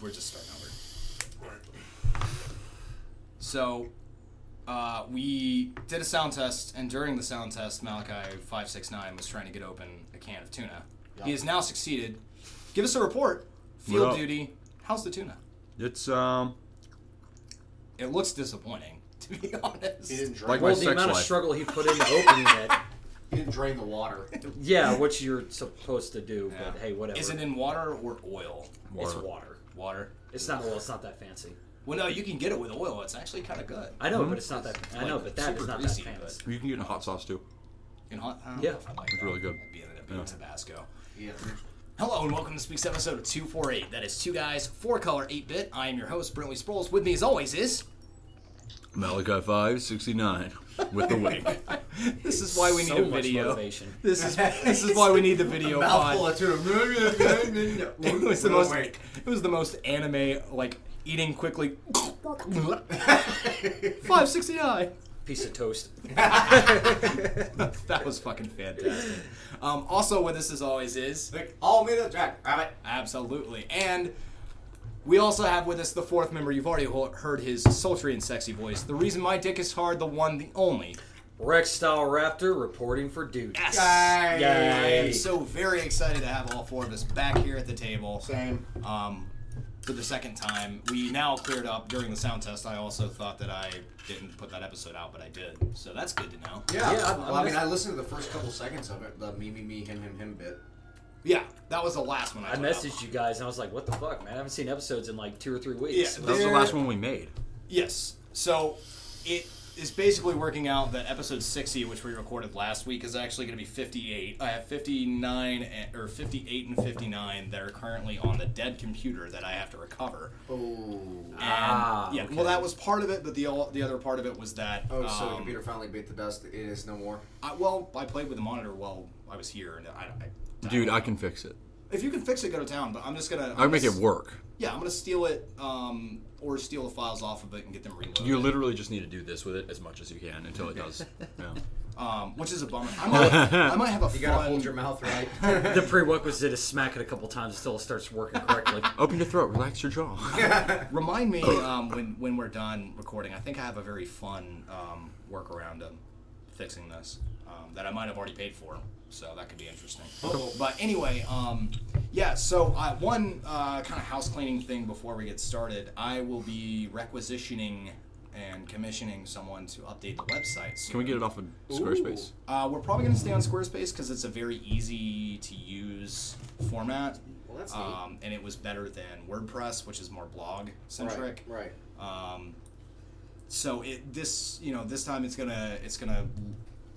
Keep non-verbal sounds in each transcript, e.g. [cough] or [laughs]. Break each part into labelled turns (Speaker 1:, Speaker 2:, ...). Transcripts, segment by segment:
Speaker 1: we're just starting over. So, uh, we did a sound test, and during the sound test, Malachi five six nine was trying to get open a can of tuna. He has now succeeded. Give us a report.
Speaker 2: What
Speaker 1: Field
Speaker 2: up?
Speaker 1: duty. How's the tuna?
Speaker 2: It's um
Speaker 1: It looks disappointing, [laughs] to be honest.
Speaker 3: He didn't drain.
Speaker 2: Like
Speaker 3: well,
Speaker 2: my
Speaker 3: the
Speaker 2: sex
Speaker 3: amount
Speaker 2: life.
Speaker 3: of struggle he put into opening it.
Speaker 4: He didn't drain the water. [laughs]
Speaker 2: [laughs]
Speaker 3: Yeah, which you're supposed to do,
Speaker 1: Yeah.
Speaker 3: but hey, whatever.
Speaker 1: Is it in water or oil?
Speaker 3: It's
Speaker 2: water.
Speaker 3: water.
Speaker 1: Water.
Speaker 3: It's not oil. It's not that fancy.
Speaker 1: Well, no, you can get it with oil. It's actually kind of good.
Speaker 3: I know,
Speaker 2: Hmm?
Speaker 3: but it's not that. I know,
Speaker 1: like
Speaker 3: but that
Speaker 1: super
Speaker 3: is not
Speaker 1: greasy,
Speaker 3: that fancy.
Speaker 2: you can get in hot sauce too.
Speaker 1: In hot, I don't
Speaker 3: Yeah.
Speaker 1: know if I like
Speaker 2: It's
Speaker 1: that.
Speaker 2: really good.
Speaker 1: It'd be, it'd be
Speaker 2: Yeah.
Speaker 1: Tabasco.
Speaker 4: Yeah.
Speaker 1: Hello and welcome to this week's episode of 248. That is two guys, four color, eight bit. I am your host, Brentley Sproles. With me as always is
Speaker 2: Malachi five sixty nine with
Speaker 1: [laughs]
Speaker 2: the wing.
Speaker 1: this is why we need
Speaker 3: so
Speaker 1: a
Speaker 3: much
Speaker 1: video.
Speaker 3: motivation.
Speaker 1: This [laughs] is this is why we need the video
Speaker 4: Mouthful
Speaker 1: pod.
Speaker 4: of mmm, tuna.
Speaker 1: [laughs] It was the
Speaker 4: No,
Speaker 1: most
Speaker 4: wait.
Speaker 1: it was the most anime like eating [laughs] quickly. Five sixty nine.
Speaker 3: Piece of toast.
Speaker 1: That was fucking fantastic. Um, also with us as always is
Speaker 4: Like, oh, all made of jack rabbit.
Speaker 1: Absolutely. And we also have with us the fourth member. You've already ho- heard his sultry and sexy voice. The reason my dick is hard, the one, the only.
Speaker 3: Rex style raptor reporting for duty.
Speaker 1: I
Speaker 3: Yay.
Speaker 1: am so very excited to have all four of us back here at the table
Speaker 4: Same.
Speaker 1: um, for the second time. We now cleared up during the sound test. I also thought that I didn't put that episode out, but I did. So that's good to know.
Speaker 4: Yeah.
Speaker 3: Yeah, I'm-
Speaker 4: well,
Speaker 3: I'm
Speaker 4: I mean,
Speaker 3: just-
Speaker 4: I listened to the first couple seconds of it. The me, me, me, him, him, him bit.
Speaker 1: Yeah, that was the last one I,
Speaker 3: I
Speaker 1: put out.
Speaker 3: messaged you guys and I was like, "What the fuck, man? I haven't seen episodes in like two or three weeks."
Speaker 1: Yeah.
Speaker 2: That was the last one we made.
Speaker 1: Yes. So it is basically working out that episode 60, which we recorded last week, is actually going to be 58. I have 59 and, or 58 and 59 that are currently on the dead computer that I have to recover.
Speaker 4: Oh.
Speaker 1: And,
Speaker 3: Ah,
Speaker 1: yeah.
Speaker 3: okay.
Speaker 1: Well, that was part of it, but the all, the other part of it was that.
Speaker 4: Oh, so the
Speaker 1: um,
Speaker 4: computer finally bit the dust. It is no more.
Speaker 1: I, well, I played with the monitor while I was here, and I. I
Speaker 2: Dude, I can fix it.
Speaker 1: If you can fix it, go to town. But I'm just gonna.
Speaker 2: I can make it work.
Speaker 1: Yeah, I'm gonna steal it, um, or steal the files off of it and get them reloaded.
Speaker 2: You literally just need to do this with it as much as you can until
Speaker 1: [laughs]
Speaker 2: it does. Yeah.
Speaker 1: um, which is a bummer.
Speaker 2: [laughs]
Speaker 1: I might, I might have a
Speaker 4: You
Speaker 1: fun.
Speaker 4: gotta hold your mouth [laughs] right.
Speaker 3: The prerequisite is smack it a couple times until it starts
Speaker 1: [laughs]
Speaker 3: working correctly.
Speaker 2: Open your throat, relax your jaw.
Speaker 1: Remind me um, when when we're done recording. I think I have a very fun um, workaround of fixing this um, that I might have already paid for, so that could be interesting.
Speaker 2: Oh.
Speaker 1: But anyway, um, yeah. So uh, one uh, kind of house cleaning thing before we get started. I will be requisitioning and commissioning someone to update the website.
Speaker 2: Can we get it off of Squarespace?
Speaker 1: Uh, we're probably going to stay on Squarespace because it's a very easy to use format.
Speaker 4: Well, that's neat.
Speaker 1: Um, and it was better than WordPress, which is more blog
Speaker 4: right.
Speaker 1: centric.
Speaker 4: Right.
Speaker 1: Um, so it this you know this time it's gonna it's gonna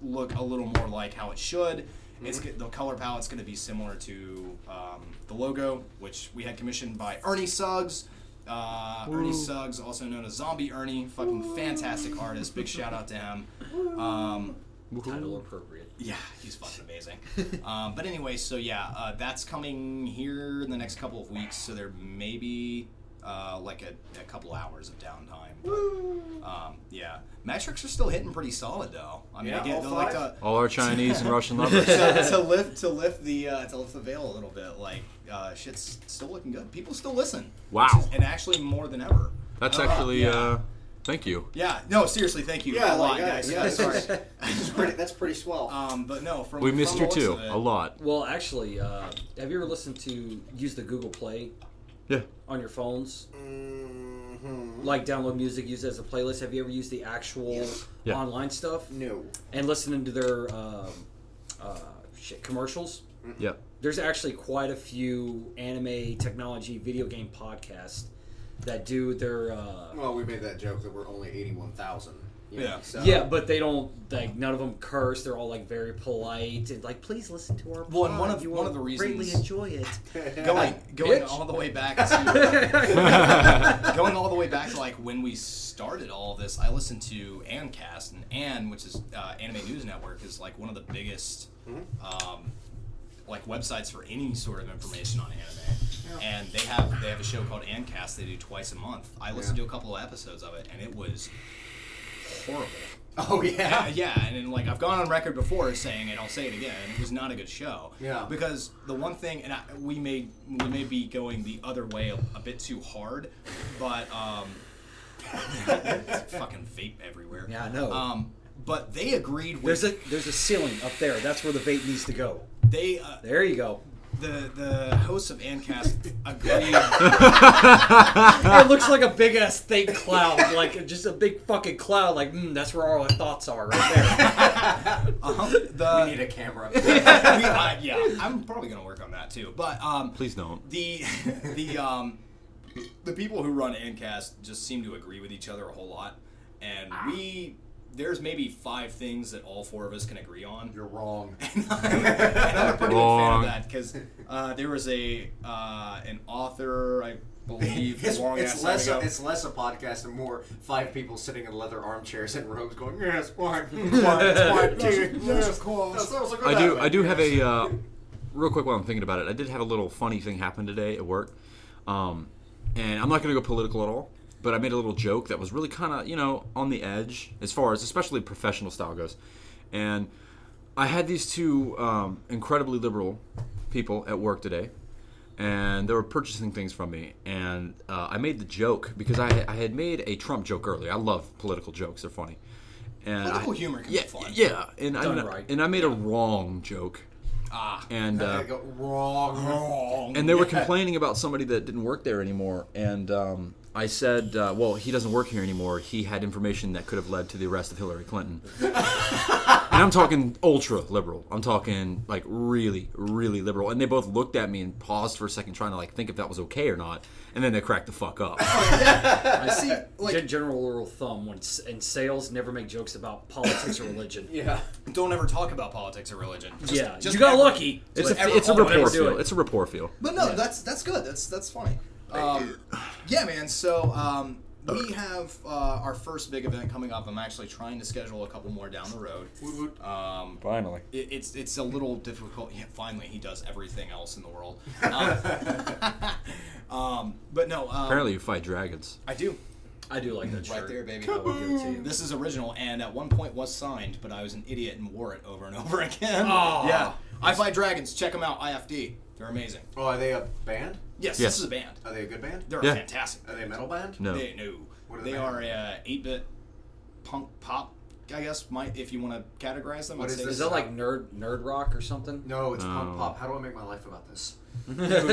Speaker 1: look a little more like how it should. It's g- the color palette's gonna be similar to um, the logo, which we had commissioned by Ernie Suggs. Uh, Ernie Suggs, also known as Zombie Ernie, fucking fantastic artist. Big shout out to him. Um,
Speaker 3: Title appropriate.
Speaker 1: yeah, he's fucking amazing. [laughs] um, but anyway, so yeah, uh, that's coming here in the next couple of weeks. So there may be uh, like a, a couple hours of downtime. But, um, yeah, metrics are still hitting pretty solid though. I mean,
Speaker 4: Yeah,
Speaker 1: again,
Speaker 4: all
Speaker 1: they're like
Speaker 4: five?
Speaker 1: the,
Speaker 2: [laughs] All our Chinese and
Speaker 1: [laughs]
Speaker 2: Russian lovers.
Speaker 1: to, to lift to lift the uh, to lift the veil a little bit. Like uh, shit's still looking good. People still listen.
Speaker 2: Wow.
Speaker 1: Which is- and actually more than ever.
Speaker 2: That's
Speaker 1: Uh,
Speaker 2: actually.
Speaker 1: yeah.
Speaker 2: Uh, thank you.
Speaker 1: yeah. No, seriously, thank you.
Speaker 4: Yeah,
Speaker 1: a lot,
Speaker 4: like, yeah,
Speaker 1: guys.
Speaker 4: yeah,
Speaker 1: sorry.
Speaker 4: [laughs] That's pretty, that's pretty swell.
Speaker 1: um, but no, from
Speaker 2: We missed
Speaker 1: from
Speaker 2: you
Speaker 1: the looks
Speaker 2: too.
Speaker 1: of it-
Speaker 2: A lot.
Speaker 3: Well, actually, uh, have you ever listened to use the Google Play
Speaker 2: Yeah.
Speaker 3: on your phones?
Speaker 4: mm-hmm.
Speaker 3: Like download music, use it as a playlist. Have you ever used the actual
Speaker 2: Yeah.
Speaker 3: online stuff
Speaker 4: No.
Speaker 3: and listening to their um, uh, shit commercials?
Speaker 2: Yeah.
Speaker 3: There's actually quite a few anime, technology, video game podcasts that do their. Uh,
Speaker 4: Well, we made that joke that we're only eighty-one thousand.
Speaker 1: Yeah.
Speaker 4: So. [laughs]
Speaker 3: yeah, but they don't like none of them curse. They're all like very polite and like, please listen to our.
Speaker 1: Well, and one
Speaker 3: pod.
Speaker 1: of-
Speaker 3: you
Speaker 1: one
Speaker 3: will
Speaker 1: of the
Speaker 3: greatly
Speaker 1: reasons-
Speaker 3: enjoy
Speaker 1: [laughs]
Speaker 3: it.
Speaker 1: going going
Speaker 3: bitch.
Speaker 1: all the way back to going all the way back to like when we started all of this. I listened to Ancast and An, which is uh, Anime News Network, is like one of the biggest um, like websites for any sort of information on anime. And they have they have a show called Ancast they do twice a month. I listened
Speaker 4: Yeah.
Speaker 1: to a couple of episodes of it and it was horrible.
Speaker 5: Oh
Speaker 1: yeah,
Speaker 5: yeah.
Speaker 1: [laughs] yeah, and then, like I've gone on record before as saying it. I'll say it again. It was not a good show.
Speaker 5: Yeah.
Speaker 1: Because the one thing, and I, we may we may be going the other way a, a bit too hard, but um, [laughs] fucking vape everywhere.
Speaker 3: Yeah, I know.
Speaker 1: Um, but they agreed with
Speaker 3: There's a there's a ceiling up there. That's where the bait needs to go.
Speaker 1: they uh,
Speaker 3: There you go.
Speaker 1: the the hosts of
Speaker 3: [laughs]
Speaker 1: Ancast agreed.
Speaker 3: it looks like a big ass thick cloud, like just a big fucking cloud. Like mm, that's where all our thoughts are right there.
Speaker 1: um, the,
Speaker 5: I need a
Speaker 4: [laughs]
Speaker 5: camera.
Speaker 1: [laughs] We- I- yeah, I'm probably gonna work on that too. But um,
Speaker 2: Please don't.
Speaker 1: the [laughs] the um the people who run Ancast just seem to agree with each other a whole lot, and
Speaker 3: Ah.
Speaker 1: we there's maybe five things that all four of us can agree on.
Speaker 5: You're wrong.
Speaker 1: and I'm a pretty big fan
Speaker 2: Wrong.
Speaker 1: of that because uh, there was a uh, an author I believe
Speaker 5: [laughs] It's,
Speaker 1: a long
Speaker 5: it's
Speaker 1: ass time
Speaker 5: less a,
Speaker 1: ago.
Speaker 5: it's less a podcast and more five people sitting in leather armchairs in robes
Speaker 1: [laughs]
Speaker 5: going yes one one one two yes close.
Speaker 2: I do. I do have a uh, real quick while I'm thinking about it. I did have a little funny thing happen today at work, um, and I'm not going to go political at all. But I made a little joke that was really kind of you know on the edge as far as especially professional style goes, and I had these two um, incredibly liberal people at work today, and they were purchasing things from me. And uh, I made the joke because I, I had made a Trump joke earlier. I love political jokes; they're funny. And
Speaker 1: Political
Speaker 2: I-
Speaker 1: humor can be
Speaker 2: yeah,
Speaker 1: fun.
Speaker 2: Yeah, and I,
Speaker 3: Done
Speaker 2: and I-
Speaker 3: right.
Speaker 2: and I made a wrong joke,
Speaker 1: ah,
Speaker 2: and uh,
Speaker 5: [laughs] I go wrong.
Speaker 1: wrong.
Speaker 2: and they were complaining about somebody that didn't work there anymore. And um, I said, uh, "Well, he doesn't work here anymore. He had information that could have led to the arrest of Hillary Clinton." and I'm talking ultra liberal. I'm talking like really, really liberal. And they both looked at me and paused for a second, trying to like think if that was okay or not. And then they cracked the fuck up.
Speaker 3: I see.
Speaker 1: like-
Speaker 3: Gen- general rule of thumb: when s- in sales, never make jokes about politics or religion.
Speaker 5: Yeah.
Speaker 1: Don't ever talk about politics or religion. Just-
Speaker 3: yeah,
Speaker 1: just
Speaker 3: you got
Speaker 1: never.
Speaker 3: lucky.
Speaker 2: It's
Speaker 1: Whatever.
Speaker 2: a it's a
Speaker 1: Oh,
Speaker 3: whatever,
Speaker 2: rapport
Speaker 3: do
Speaker 2: feel.
Speaker 3: it.
Speaker 2: It's a rapport feel.
Speaker 1: But no, that's that's good. That's that's funny. Um, yeah, man. So um, we have uh, our first big event coming up. I'm actually trying to schedule a couple more down the road. Um,
Speaker 2: Finally.
Speaker 1: it, it's it's a little difficult. Yeah, finally, he does everything else in the world. Um, [laughs] um, but no, um,
Speaker 2: Apparently, you fight dragons.
Speaker 1: I do
Speaker 3: I do like that shirt.
Speaker 1: right there, baby.
Speaker 3: I would give it to you.
Speaker 1: This is original, and at one point was signed, but I was an idiot and wore it over and [laughs] over again.
Speaker 3: Aw.
Speaker 1: Yeah, I fight dragons. Check them out. IFD. They're amazing.
Speaker 5: Oh, are they a band?
Speaker 1: Yes,
Speaker 2: Yes.
Speaker 1: this is a band.
Speaker 5: Are they a good band?
Speaker 1: They're
Speaker 2: Yeah.
Speaker 1: fantastic.
Speaker 5: Are they a metal band?
Speaker 2: No.
Speaker 1: They no.
Speaker 5: What are
Speaker 1: they
Speaker 5: they?
Speaker 1: are a eight bit punk pop. I guess might if you want to categorize them.
Speaker 5: What
Speaker 1: I'd
Speaker 5: is
Speaker 1: say
Speaker 3: Is that like nerd nerd rock or something?
Speaker 5: No, it's punk
Speaker 2: No.
Speaker 5: pop. How do I make my life about this?
Speaker 3: [laughs] this is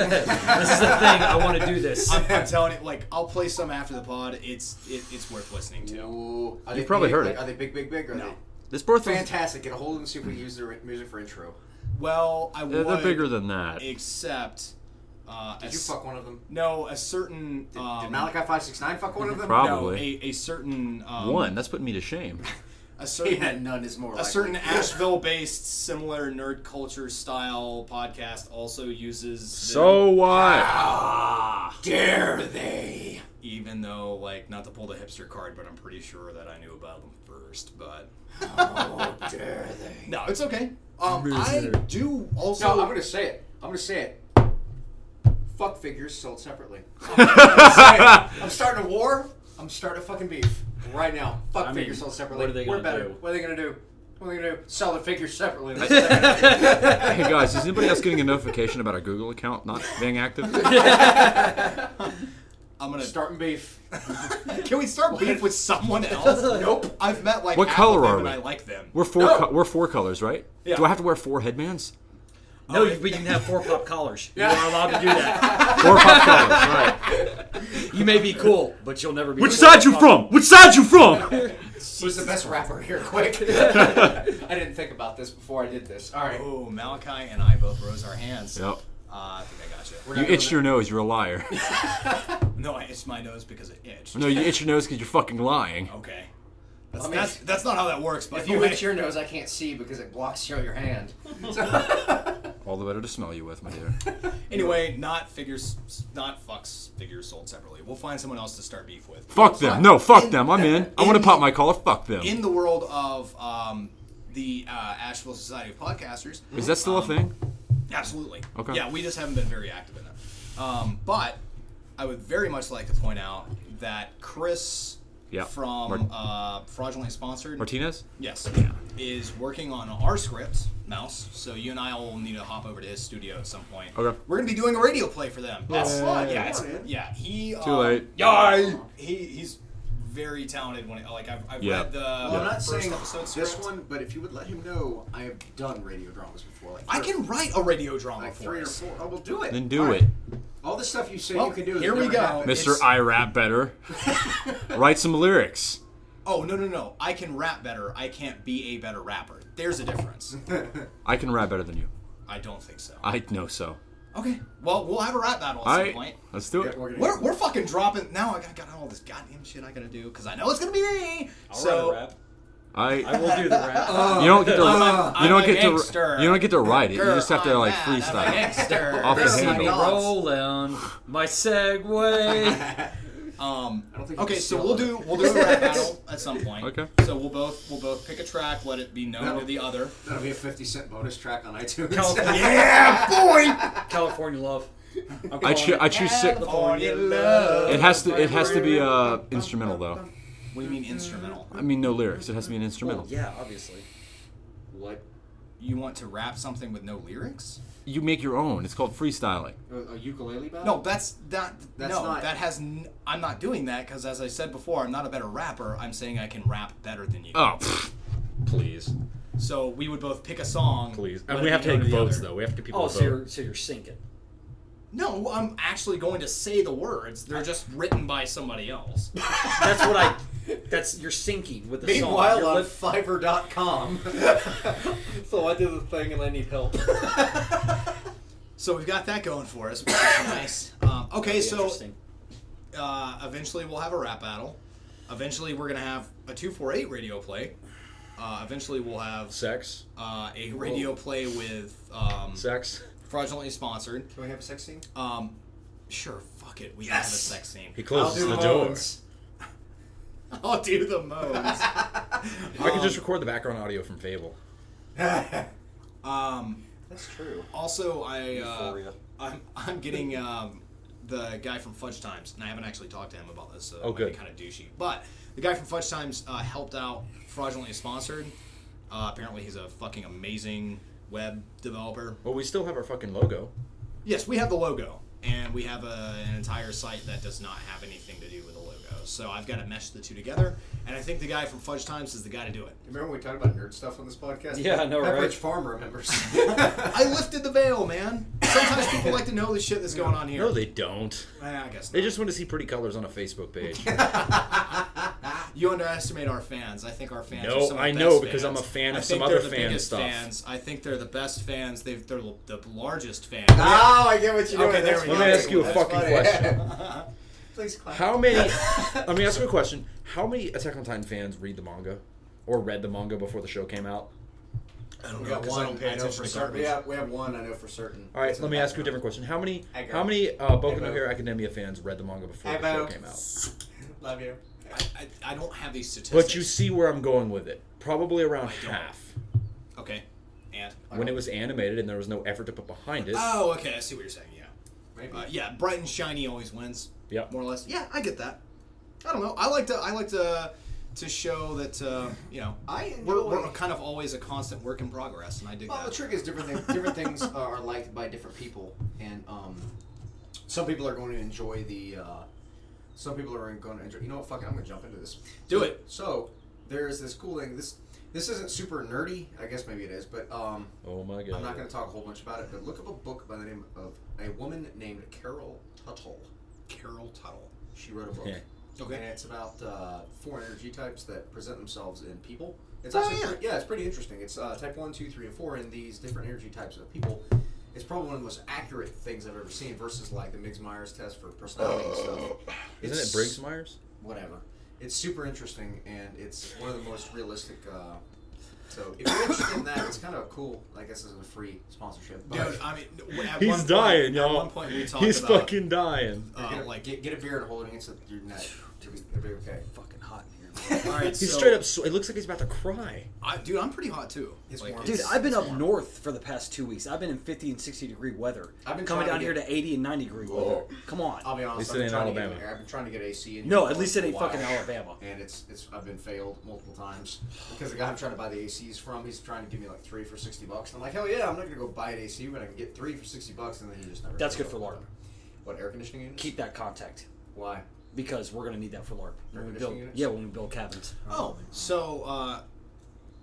Speaker 3: the thing. I want to do this.
Speaker 1: I'm, I'm telling you, like I'll play some after the pod. It's it, it's worth listening to.
Speaker 5: Ooh, are
Speaker 2: You've
Speaker 5: they
Speaker 2: probably
Speaker 5: big?
Speaker 2: heard
Speaker 5: Like,
Speaker 2: it.
Speaker 5: Are they big, big, big? Or are
Speaker 1: No.
Speaker 2: This birth
Speaker 5: they
Speaker 2: was,
Speaker 5: fantastic? Get a hold of them. See if we can use their music for intro.
Speaker 1: Well, I
Speaker 2: they're,
Speaker 1: would.
Speaker 2: they're bigger than that.
Speaker 1: Except. Uh, a
Speaker 5: Did you
Speaker 1: s-
Speaker 5: fuck one of them?
Speaker 1: No, a certain.
Speaker 5: Did,
Speaker 1: um,
Speaker 5: did Malachi Five Six Nine fuck one of them?
Speaker 2: Probably.
Speaker 1: No, a, a certain um,
Speaker 2: One. That's putting me to shame.
Speaker 1: A certain.
Speaker 5: [laughs] Yeah, none is more.
Speaker 1: A
Speaker 5: likely.
Speaker 1: certain
Speaker 5: [laughs]
Speaker 1: Asheville-based, similar nerd culture style podcast also uses. the-
Speaker 2: So what?
Speaker 5: Ah, dare they?
Speaker 1: even though like not to pull the hipster card but i'm pretty sure that i knew about them first but
Speaker 5: Oh, dare they?
Speaker 1: no it's okay um, i do also
Speaker 5: [laughs] No, I'm gonna say it. I'm gonna say it. Fuck figures sold separately. [laughs] I'm, saying it. I'm starting a war. I'm starting a fucking beef right now. Fuck
Speaker 3: I
Speaker 5: figures
Speaker 3: mean,
Speaker 5: sold separately.
Speaker 3: what are they
Speaker 5: We're
Speaker 3: gonna
Speaker 5: better.
Speaker 3: do?
Speaker 5: What are they gonna do? What are they gonna do? Sell the figures [laughs] separately.
Speaker 2: Hey guys, is anybody else getting a notification about our Google account not being active? [laughs]
Speaker 1: I'm gonna
Speaker 5: starting [laughs] beef.
Speaker 1: can we start beef with
Speaker 5: [laughs]
Speaker 1: someone else
Speaker 5: Nope.
Speaker 1: i've met like
Speaker 2: What
Speaker 1: half
Speaker 2: color
Speaker 1: of them
Speaker 2: are
Speaker 1: and
Speaker 2: we?
Speaker 1: i like them
Speaker 2: We're four.
Speaker 5: No.
Speaker 2: Co- we're four colors, right?
Speaker 1: Yeah.
Speaker 2: Do I have to wear four headbands?
Speaker 3: no, you, but you can have four pop collars. You
Speaker 5: Yeah.
Speaker 3: are allowed to do that.
Speaker 2: [laughs] Four pop colors. Right.
Speaker 3: You may be cool, but you'll never be.
Speaker 2: Which
Speaker 3: cool
Speaker 2: side
Speaker 3: with
Speaker 2: you
Speaker 3: pop-
Speaker 2: from? Which side you from?
Speaker 5: Who's the best rapper here? Quick. [laughs] I didn't think about this before I did this. All right.
Speaker 1: oh malachi and i both rose our hands
Speaker 2: Yep.
Speaker 1: Uh, I think I got you.
Speaker 5: We're
Speaker 2: You
Speaker 5: not
Speaker 2: itch
Speaker 5: doing
Speaker 2: your nose. You're a liar.
Speaker 1: No, I itched my nose because it itched.
Speaker 2: No, you itch your nose because you're fucking lying.
Speaker 1: Okay. That's,
Speaker 5: I mean-
Speaker 1: that's, that's not how that works,
Speaker 5: that.
Speaker 1: but
Speaker 5: If [laughs] you itch your nose, I can't see because it blocks your your hand.
Speaker 2: All the better to smell you with, my dear.
Speaker 1: anyway, not figures, not fucks figures sold separately. We'll find someone else to start beef with.
Speaker 2: Fuck them. No, fuck
Speaker 1: In-
Speaker 2: them. I'm in. I want
Speaker 1: in-
Speaker 2: to pop my collar. Fuck them.
Speaker 1: in the world of um, the uh, Asheville Society of Podcasters.
Speaker 2: Is that still a thing?
Speaker 1: Absolutely.
Speaker 2: Okay.
Speaker 1: Yeah, we just haven't been very active in it. Um, but I would very much like to point out that Chris
Speaker 2: Yeah.
Speaker 1: from uh, fraudulently sponsored.
Speaker 2: Martinez?
Speaker 1: Yes. Is working on our script, Mouse. So you and I will need to hop over to his studio at some point.
Speaker 2: Okay.
Speaker 1: We're gonna be doing a radio play for them. That's fun.
Speaker 4: Yay.
Speaker 1: Yeah. It's,
Speaker 4: Come on, man.
Speaker 1: yeah. He.
Speaker 2: Too
Speaker 1: um,
Speaker 2: late.
Speaker 1: Yeah. He he's very talented when it, like I've, I've
Speaker 2: Yeah.
Speaker 1: read the
Speaker 4: Well, I'm not
Speaker 1: first
Speaker 4: saying
Speaker 1: episode script.
Speaker 4: this one, but if you would let him know, I have done radio dramas before. Like
Speaker 1: I
Speaker 4: three-
Speaker 1: can write a radio drama
Speaker 4: like
Speaker 1: for
Speaker 4: three or
Speaker 1: us.
Speaker 4: four. I will do it.
Speaker 2: Then do
Speaker 4: All right.
Speaker 2: it.
Speaker 4: All the stuff you say
Speaker 1: Well,
Speaker 4: you can do.
Speaker 1: here we
Speaker 4: never
Speaker 1: go.
Speaker 4: happened.
Speaker 1: Miss-
Speaker 2: Mr.
Speaker 1: It's-
Speaker 2: I rap
Speaker 6: [laughs]
Speaker 2: better. Write some lyrics.
Speaker 1: Oh no no no! I can rap better. I can't be a better rapper. There's a
Speaker 2: [laughs]
Speaker 1: difference.
Speaker 2: I can rap better than you.
Speaker 1: I don't think so.
Speaker 2: I know so.
Speaker 1: Okay. Well, we'll have a rap battle at
Speaker 2: All
Speaker 1: some
Speaker 2: right.
Speaker 1: point.
Speaker 2: Let's do
Speaker 4: Yeah,
Speaker 2: it.
Speaker 4: we're gonna-
Speaker 1: We're, we're fucking dropping now. I got, got all this goddamn shit I gotta do because I know it's gonna be me.
Speaker 3: I'll
Speaker 1: so
Speaker 3: write a rap. I
Speaker 2: I.
Speaker 3: will do the rap.
Speaker 2: You don't get to.
Speaker 1: I'm
Speaker 2: you don't
Speaker 1: a
Speaker 2: get
Speaker 1: gangster.
Speaker 2: to. You don't get to write it. You
Speaker 1: Grr,
Speaker 2: just have to
Speaker 1: I'm
Speaker 2: like
Speaker 1: mad, I'm a
Speaker 2: freestyle.
Speaker 1: gangster.
Speaker 2: [laughs] Off the
Speaker 1: Grr, my
Speaker 2: handle.
Speaker 1: nuts.
Speaker 3: rolling my
Speaker 4: [laughs]
Speaker 3: Segway.
Speaker 1: Um,
Speaker 4: don't think you
Speaker 1: okay,
Speaker 4: can
Speaker 1: so
Speaker 4: steal
Speaker 1: we'll
Speaker 4: it.
Speaker 1: do we'll do a
Speaker 4: [laughs]
Speaker 1: rap battle at some point.
Speaker 2: Okay.
Speaker 1: So we'll both we'll both pick a track, let it be known
Speaker 4: No.
Speaker 1: to the other.
Speaker 4: That'll be a 50 cent bonus track on iTunes. [laughs]
Speaker 3: California,
Speaker 1: Yeah, boy.
Speaker 3: California love. I'm
Speaker 2: I,
Speaker 3: calling
Speaker 2: choo-
Speaker 3: it.
Speaker 2: I choose six.
Speaker 1: California love.
Speaker 2: It has to. It has to be uh, instrumental though.
Speaker 1: What do you mean instrumental?
Speaker 2: I mean, no lyrics. It has to be an
Speaker 3: Well,
Speaker 6: Oh,
Speaker 2: instrumental.
Speaker 3: yeah, obviously.
Speaker 4: What?
Speaker 1: You want to rap something with no lyrics?
Speaker 2: You make your own. It's called freestyling.
Speaker 4: A, a ukulele battle?
Speaker 1: No, that's that.
Speaker 4: That's
Speaker 1: no,
Speaker 4: not-
Speaker 1: that has. N- I'm not doing that because, as I said before, I'm not a better rapper. I'm saying I can rap better than you.
Speaker 2: Oh, pfft. please,
Speaker 1: So we would both pick a song.
Speaker 6: please.
Speaker 1: let
Speaker 6: And
Speaker 1: it
Speaker 6: we have
Speaker 1: be
Speaker 6: to
Speaker 1: known
Speaker 6: take
Speaker 1: the
Speaker 6: votes
Speaker 1: other.
Speaker 6: though. We have to get people
Speaker 3: Oh,
Speaker 6: to
Speaker 3: so
Speaker 6: vote.
Speaker 3: you're, so you're sinking.
Speaker 1: No, I'm actually going to say the words. They're just written by somebody else. [laughs]
Speaker 3: That's what I. That's you're sinking with the song.
Speaker 4: Meanwhile, uh,
Speaker 3: You're
Speaker 4: on
Speaker 3: lift-
Speaker 4: Fiverr.com. [laughs] so I did the thing and I need help.
Speaker 1: so we've got that going for us, which [laughs] is nice. Um, okay, so
Speaker 3: Interesting.
Speaker 1: uh, eventually we'll have a rap battle. Eventually we're gonna have a two four eight radio play. Uh, eventually we'll have
Speaker 6: sex,
Speaker 1: uh, a radio play with um,
Speaker 6: sex.
Speaker 1: fraudulently sponsored.
Speaker 4: Can we have a sex scene?
Speaker 1: Um, sure, fuck it. We have a sex scene.
Speaker 3: Oh,
Speaker 6: He
Speaker 4: I'll
Speaker 6: closes
Speaker 4: do
Speaker 6: the
Speaker 4: moans.
Speaker 1: [laughs] I'll do
Speaker 6: [laughs]
Speaker 1: the most.
Speaker 6: door. I could just record the background audio from Fable.
Speaker 1: um,
Speaker 4: That's [laughs] true.
Speaker 1: also, I uh,
Speaker 3: Euphoria.
Speaker 1: I'm I'm getting um, the guy from Fudge Times, and I haven't actually talked to him about this. So
Speaker 6: Oh, good.
Speaker 1: Kind of douchey, but the guy from Fudge Times uh, helped out fraudulently sponsored. Uh, apparently, he's a fucking amazing web developer.
Speaker 6: Well, we still have our fucking logo.
Speaker 1: Yes, we have the logo, and we have a, an entire site that does not have anything to do with the logo. So I've got to mesh the two together, and I think the guy from Fudge Times is the guy to do it.
Speaker 4: Remember when we talked about nerd stuff on this podcast?
Speaker 3: Yeah, I know,
Speaker 4: That
Speaker 3: right?
Speaker 4: rich
Speaker 1: [laughs]
Speaker 4: farm remembers. Oh,
Speaker 1: I lifted the veil, man. Sometimes people like to know the shit that's going on here.
Speaker 6: No, they don't.
Speaker 1: Eh, I guess
Speaker 6: They
Speaker 1: not.
Speaker 6: just want to see pretty colors on a Facebook
Speaker 1: [laughs]
Speaker 6: page.
Speaker 1: you underestimate our fans. I think our fans.
Speaker 6: No,
Speaker 1: are some of the
Speaker 6: I
Speaker 1: best
Speaker 6: know, because
Speaker 1: fans.
Speaker 6: I'm a fan
Speaker 1: I
Speaker 6: of some
Speaker 1: think they're
Speaker 6: other
Speaker 1: the
Speaker 6: fan
Speaker 1: biggest
Speaker 6: stuff.
Speaker 1: Fans. I think they're the best fans. They've they're the largest fans.
Speaker 4: oh, I get what you're
Speaker 1: Okay,
Speaker 4: doing.
Speaker 1: there
Speaker 4: That's
Speaker 1: we go.
Speaker 6: Let
Speaker 4: funny.
Speaker 6: me ask you a
Speaker 4: That's
Speaker 6: fucking
Speaker 4: funny.
Speaker 6: question.
Speaker 4: [laughs] Please clap.
Speaker 6: How
Speaker 1: [laughs]
Speaker 6: many? Let me ask you a question. How many Attack on Titan fans read the manga, or read the manga before the show came out?
Speaker 1: I don't
Speaker 4: We
Speaker 1: know
Speaker 4: got
Speaker 1: because I
Speaker 4: one.
Speaker 1: don't pay
Speaker 4: I know
Speaker 1: attention
Speaker 4: for
Speaker 1: to
Speaker 4: certain. We
Speaker 1: garbage.
Speaker 4: have, we have one. I know for certain.
Speaker 6: All right,
Speaker 4: It's in
Speaker 6: let
Speaker 4: the
Speaker 6: me ask you a different
Speaker 4: background.
Speaker 6: question. How many?
Speaker 4: Echo.
Speaker 6: How many uh, Boku no
Speaker 4: Echo.
Speaker 6: Hero Academia fans read the manga before the
Speaker 4: Echo.
Speaker 6: show came out?
Speaker 4: Love you.
Speaker 1: I, I, I don't have these statistics.
Speaker 6: But you see where I'm going with it. Probably around
Speaker 1: don't.
Speaker 6: half.
Speaker 1: okay, and
Speaker 6: When it was animated and there was no effort to put behind it.
Speaker 1: oh, okay, I see what you're saying. Yeah,
Speaker 4: Maybe.
Speaker 1: uh, yeah, bright and shiny always wins.
Speaker 6: Yep.
Speaker 1: more or less. Yeah, I get that. I don't know. I like to I like to to show that uh, you know
Speaker 4: I
Speaker 1: we're, we're
Speaker 4: enjoy-
Speaker 1: kind of always a constant work in progress, and I dig
Speaker 4: Well, the
Speaker 1: that.
Speaker 4: trick is different things. Different things are liked by different people, and um, some people are going to enjoy the. Uh, some people are going to enjoy. You know what? Fuck it. I'm going to jump into this.
Speaker 1: Do it.
Speaker 4: So there is this cool thing. This this isn't super nerdy. I guess maybe it is, but um,
Speaker 6: oh my god.
Speaker 4: I'm not going to talk a whole bunch about it. But look up a book by the name of a woman named Carol Tuttle.
Speaker 1: Carol Tuttle.
Speaker 4: She wrote a book.
Speaker 6: Yeah.
Speaker 1: Okay.
Speaker 4: And it's about uh, four energy types that present themselves in people. It's
Speaker 1: Oh,
Speaker 4: actually
Speaker 1: yeah.
Speaker 4: pre- yeah, it's pretty interesting. It's uh, type one, two, three, and four, and these different energy types of people. It's probably one of the most accurate things I've ever seen versus like the Migs Myers test for personality and stuff.
Speaker 6: Oh. Isn't it
Speaker 4: It's-
Speaker 6: Briggs Myers?
Speaker 4: Whatever. It's super interesting, and it's one of the most realistic uh, So if you're interested in that, it's kind of cool. I guess this is a free sponsorship.
Speaker 1: [laughs]
Speaker 4: But
Speaker 1: Dude, I mean, w- at one
Speaker 6: He's
Speaker 1: point-
Speaker 6: dying, y'all.
Speaker 1: At one point, we talked
Speaker 6: He's
Speaker 1: about
Speaker 6: fucking dying.
Speaker 1: uh,
Speaker 4: get a,
Speaker 1: like.
Speaker 4: um, like get, get a beer and hold it against your neck. To be, it'll be okay.
Speaker 3: Fucking hot in here.
Speaker 4: [laughs]
Speaker 3: man.
Speaker 1: All right,
Speaker 6: He's
Speaker 1: [laughs] so-
Speaker 6: straight up. sw- It looks like he's about to cry.
Speaker 1: I, dude, I'm pretty hot too.
Speaker 4: It's warm.
Speaker 3: Dude,
Speaker 1: it's-
Speaker 3: I've been
Speaker 1: it's
Speaker 3: up
Speaker 1: warm.
Speaker 3: north for the past two weeks. I've been in 50 and 60 degree weather.
Speaker 4: I've been
Speaker 3: coming down
Speaker 4: trying to
Speaker 3: here
Speaker 4: get- Oh.
Speaker 3: to 80 and 90 degree weather. Come
Speaker 4: I'll
Speaker 3: on.
Speaker 4: be honest.
Speaker 6: Least
Speaker 4: I've
Speaker 6: it
Speaker 4: been,
Speaker 6: ain't
Speaker 4: trying to get in
Speaker 6: Alabama.
Speaker 4: there. I've been trying to get AC. In
Speaker 3: No,
Speaker 4: here
Speaker 3: at
Speaker 4: for
Speaker 3: least it
Speaker 4: a
Speaker 3: ain't
Speaker 4: while.
Speaker 3: fucking Alabama.
Speaker 4: And it's it's I've been failed multiple times because the guy I'm trying to buy the ACs from, he's trying to give me like three for sixty bucks. And I'm like, hell yeah, I'm not gonna go buy an AC when I can get three for sixty bucks, and then he just never.
Speaker 3: That's good
Speaker 4: shows
Speaker 3: for
Speaker 4: up.
Speaker 3: LARP.
Speaker 4: What air conditioning units?
Speaker 3: Keep that contact
Speaker 4: Why?
Speaker 3: because we're gonna need that for LARP.
Speaker 4: Air
Speaker 3: When we
Speaker 4: conditioning
Speaker 3: build,
Speaker 4: units?
Speaker 3: yeah, when we build cabins.
Speaker 1: Oh, so uh,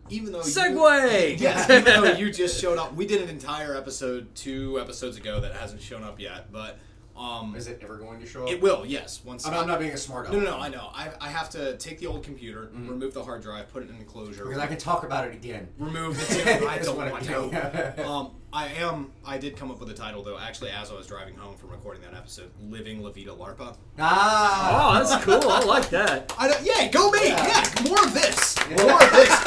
Speaker 1: even though you- [laughs]
Speaker 3: Segway.
Speaker 1: Yes, even though you just showed up, we did an entire episode two episodes ago that hasn't shown up yet, but um,
Speaker 4: Is it ever going to show up?
Speaker 1: it will. Yes, once
Speaker 4: I'm not, I'm not being a
Speaker 1: [laughs]
Speaker 4: smart.
Speaker 1: No, no, no.
Speaker 4: aleck.
Speaker 1: I know. I, I have to take the old computer, remove the hard drive, put it in an enclosure,
Speaker 4: Mm-hmm. Because I can talk about it again.
Speaker 1: [laughs] remove
Speaker 4: [laughs]
Speaker 1: the two. I
Speaker 4: That's
Speaker 1: don't
Speaker 4: what I
Speaker 1: want
Speaker 4: do. [laughs]
Speaker 1: to. um, I am. I did come up with a title though. Actually, as I was driving home from recording that episode, "Living La Vida Larpa."
Speaker 4: Ah.
Speaker 3: Oh, that's cool. I like that.
Speaker 1: I don't, yeah, go me.
Speaker 4: Yeah.
Speaker 1: Yes, more of this.
Speaker 4: Yeah.
Speaker 1: More of this.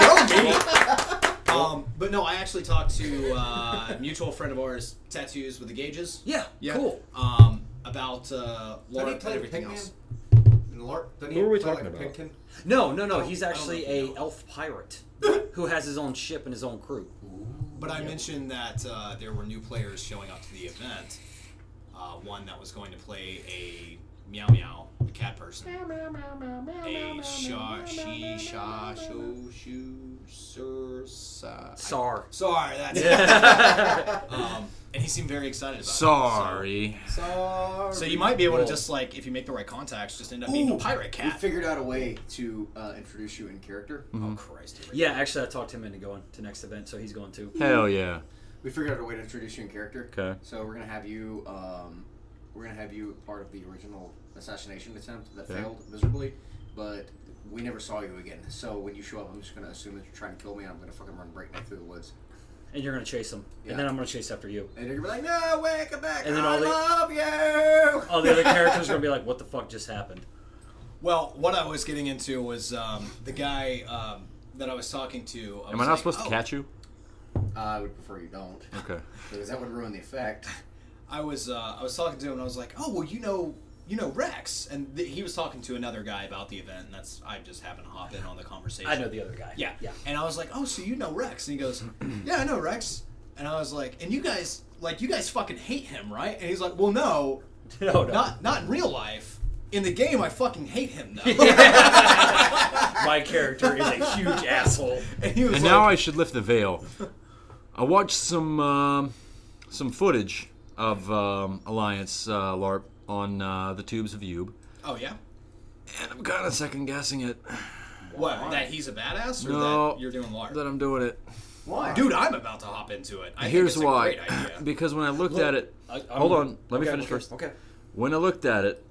Speaker 1: [laughs] Go me. Um, but no, I actually talked to uh, a mutual friend of ours, tattoos with the gauges.
Speaker 3: Yeah, cool.
Speaker 1: Um, about uh,
Speaker 4: Doesn't he
Speaker 1: LARP
Speaker 4: play
Speaker 1: and everything else.
Speaker 4: Pinman? In LARP? Doesn't he
Speaker 6: What were we
Speaker 4: play,
Speaker 6: talking
Speaker 4: like,
Speaker 6: about?
Speaker 4: Pinkin?
Speaker 3: No, no, no. He's actually
Speaker 1: I don't know if
Speaker 3: a
Speaker 1: you know.
Speaker 3: elf pirate who has his own ship and his own crew.
Speaker 1: But I mentioned that uh, there were new players showing up to the event. Uh, one that was going to play a meow meow, the cat person. A sha she sha sho shoo sir sa. [laughs]
Speaker 3: Sar.
Speaker 1: Sorry, that's it. um, and he seemed very excited about it.
Speaker 2: Sorry.
Speaker 4: Uh,
Speaker 1: Sorry. So you might be able to just like, if you make the right contacts, just end up being a
Speaker 4: Ooh,
Speaker 1: pirate
Speaker 4: We
Speaker 1: cat.
Speaker 4: figured out a way to uh, introduce you in character.
Speaker 2: Mm-hmm.
Speaker 1: oh Christ! here we
Speaker 3: Yeah, actually, I talked him into going to next event, so he's going too.
Speaker 2: Hell yeah.
Speaker 4: We figured out a way to introduce you in character.
Speaker 2: 'Kay.
Speaker 4: So we're gonna have you. Um, we're gonna have you part of the original assassination attempt that
Speaker 2: Okay.
Speaker 4: failed miserably, but we never saw you again. So when you show up, I'm just gonna assume that you're trying to kill me, and I'm gonna fucking run breakneck through the woods.
Speaker 3: And you're gonna chase him,
Speaker 4: Yeah.
Speaker 3: and then I'm gonna chase after you.
Speaker 4: And you're gonna be like, "No, wait, come back!
Speaker 3: And then
Speaker 4: I
Speaker 3: all the-
Speaker 4: love you."
Speaker 1: [laughs]
Speaker 3: All the other characters are gonna be like, "What the fuck just happened?"
Speaker 1: Well, what I was getting into was um, the guy um, that I was talking to. I
Speaker 2: Am
Speaker 1: was
Speaker 2: I not
Speaker 1: like,
Speaker 2: supposed to
Speaker 1: "Oh."
Speaker 2: catch you?
Speaker 4: Uh, I would prefer you don't,
Speaker 2: Okay.
Speaker 4: because that would ruin the effect.
Speaker 1: I was uh, I was talking to him and I was like, oh well, you know, you know Rex, and th- he was talking to another guy about the event, and that's I just happened to hop in on the conversation.
Speaker 3: I know the other guy.
Speaker 1: Yeah,
Speaker 3: yeah. [laughs]
Speaker 1: And I was like, oh, so you know Rex? And he goes, yeah, I know Rex. And I was like, and you guys, like, you guys fucking hate him, right? And he's like, well, no,
Speaker 3: No, no.
Speaker 1: not not in real life. In the game, I fucking hate him though.
Speaker 3: My character is
Speaker 1: [laughs]
Speaker 3: a huge asshole.
Speaker 1: and he was
Speaker 2: And
Speaker 1: like,
Speaker 2: now I should lift the veil. I watched some um, some footage of um, Alliance uh, LARP on uh, the tubes of Youb,
Speaker 1: oh yeah,
Speaker 2: and I'm kind of second guessing it
Speaker 1: what? That he's a badass, or
Speaker 2: No.
Speaker 1: that you're doing large?
Speaker 2: that I'm doing it.
Speaker 4: Why,
Speaker 1: Dude, I'm about to hop into it. I
Speaker 2: Here's
Speaker 1: think it's
Speaker 2: why:
Speaker 1: A great
Speaker 2: [clears throat]
Speaker 1: idea.
Speaker 2: [laughs] because when I looked at it,
Speaker 3: I- I'm-
Speaker 2: hold on, let me
Speaker 3: okay,
Speaker 2: finish
Speaker 3: okay,
Speaker 2: first.
Speaker 3: Okay.
Speaker 2: When I looked at it,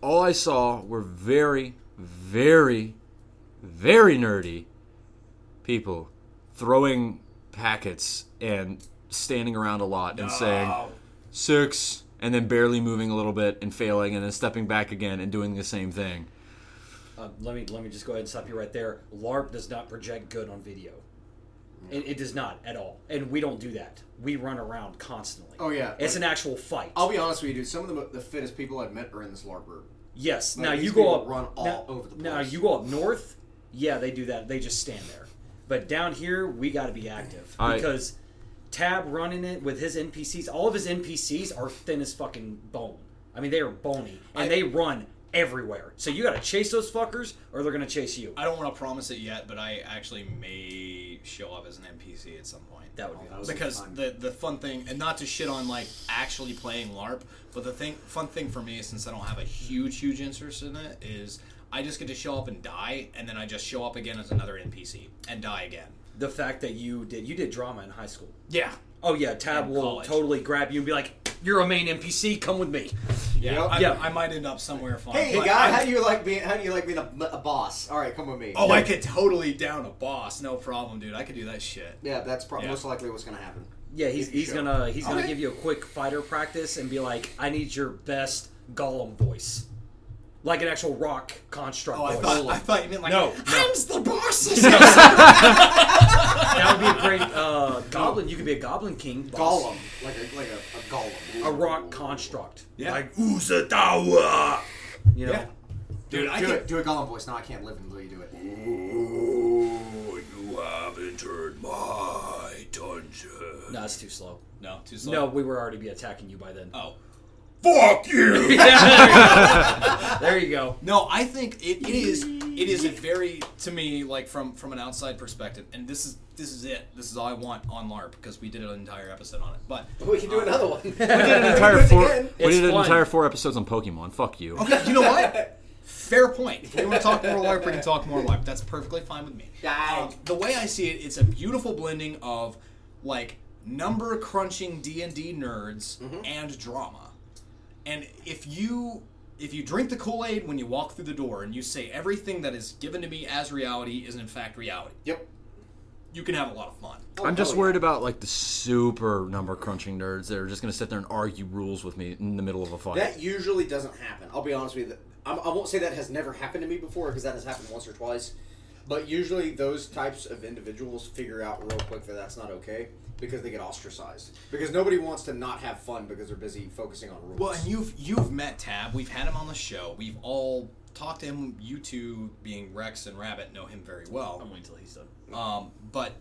Speaker 2: all I saw were very, very, very nerdy people throwing packets and standing around a lot and saying six, and then barely moving a little bit and failing, and then stepping back again and doing the same thing.
Speaker 3: Uh, let me let me just go ahead and stop you right there. LARP does not project good on video. It, it does not at all, and we don't do that. We run around constantly.
Speaker 4: Oh, yeah.
Speaker 3: it's an actual fight.
Speaker 4: I'll be honest with you, dude. Some of the, mo- the fittest people I've met are in this LARP group.
Speaker 3: yes.
Speaker 4: Like,
Speaker 3: now
Speaker 4: these
Speaker 3: you go
Speaker 4: people
Speaker 3: up.
Speaker 4: run all
Speaker 3: now,
Speaker 4: over the
Speaker 3: Now
Speaker 4: place.
Speaker 3: you go up north. Yeah, they do that. They just stand there. But down here, we got to be active
Speaker 2: I-
Speaker 3: because Tab running it with his NPCs. All of his NPCs are thin as fucking bone. I mean, they are bony, and
Speaker 1: I-
Speaker 3: they run everywhere. So you got to chase those fuckers, or they're gonna chase you.
Speaker 1: I don't want to promise it yet, but I actually may show up as an NPC at some point.
Speaker 3: that would be
Speaker 4: Oh, that was-
Speaker 1: because
Speaker 4: fun.
Speaker 1: the the fun thing, and not to shit on like actually playing LARP, but the thing fun thing for me since I don't have a huge huge interest in it is I just get to show up and die, and then I just show up again as another NPC and die again.
Speaker 3: the fact that you did you did drama in high school.
Speaker 1: Yeah.
Speaker 3: Oh yeah, Tab
Speaker 1: In
Speaker 3: will
Speaker 1: college.
Speaker 3: totally grab you and be like, "You're a main NPC. Come with me."
Speaker 1: Yeah,
Speaker 4: Yep.
Speaker 1: I,
Speaker 3: Yeah.
Speaker 1: I might end up somewhere fun.
Speaker 4: Hey,
Speaker 1: but
Speaker 4: guy,
Speaker 1: I-
Speaker 4: how do you like being? How do you like being a, a boss? All right, come with me.
Speaker 1: oh, I could totally down a boss, no problem, dude. I could do that shit.
Speaker 4: Yeah, that's pro-
Speaker 1: Yeah.
Speaker 4: most likely what's gonna happen.
Speaker 3: Yeah, he's,
Speaker 4: If you
Speaker 3: he's
Speaker 4: show
Speaker 3: gonna he's gonna
Speaker 1: Okay.
Speaker 3: give you a quick fighter practice and be like, "I need your best Gollum voice." like an actual rock construct.
Speaker 1: Oh, I
Speaker 3: voice.
Speaker 1: thought, I thought you meant like
Speaker 6: No,
Speaker 1: Hans the Barsis.
Speaker 3: that would be a great uh, goblin. You could be a goblin king. boss.
Speaker 4: Gollum, like a like a, a golem.
Speaker 3: A rock construct.
Speaker 1: Yeah.
Speaker 3: Like,
Speaker 6: Uzadawa.
Speaker 3: you know.
Speaker 1: yeah. Dude, I
Speaker 4: do
Speaker 1: can
Speaker 4: it. Do a golem voice. No, I can't live until you do it.
Speaker 6: Oh, you have entered my dungeon.
Speaker 3: No, it's too slow.
Speaker 1: No, too slow.
Speaker 3: No, we were already be attacking you by then.
Speaker 1: Oh.
Speaker 6: Fuck you!
Speaker 3: [laughs] There you go.
Speaker 1: [laughs] No, I think it, it is it is a very to me like from from an outside perspective, and this is this is it. This is all I want on LARP because we did an entire episode on it. But
Speaker 4: We can do another one. we did
Speaker 2: an entire four.
Speaker 4: Again. Oh,
Speaker 2: We
Speaker 3: It's
Speaker 2: did an
Speaker 3: fun.
Speaker 2: entire four episodes on Pokemon. Fuck you.
Speaker 1: okay, you know what? Fair point. If we want to talk more LARP, we can talk more LARP. That's perfectly fine with me.
Speaker 4: Aye.
Speaker 1: Um, the way I see it, it's a beautiful blending of like number crunching D and D nerds and drama. And if you if you drink the Kool Aid when you walk through the door and you say everything that is given to me as reality is in fact reality,
Speaker 4: Yep.
Speaker 1: you can have a lot of fun.
Speaker 2: I'm just
Speaker 4: hell yeah.
Speaker 2: worried about like the super number crunching nerds that are just gonna sit there and argue rules with me in the middle of a fight.
Speaker 4: That usually doesn't happen. I'll be honest with you. I'm, I won't say that has never happened to me before because that has happened once or twice. But usually, those types of individuals figure out real quick that that's not okay because they get ostracized. Because nobody wants to not have fun because they're busy focusing on rules.
Speaker 1: Well, and you've you've met Tab. We've had him on the show. We've all talked to him. You two, being Rex and Rabbit, know him very well.
Speaker 3: I'm waiting till he's done.
Speaker 1: Um, but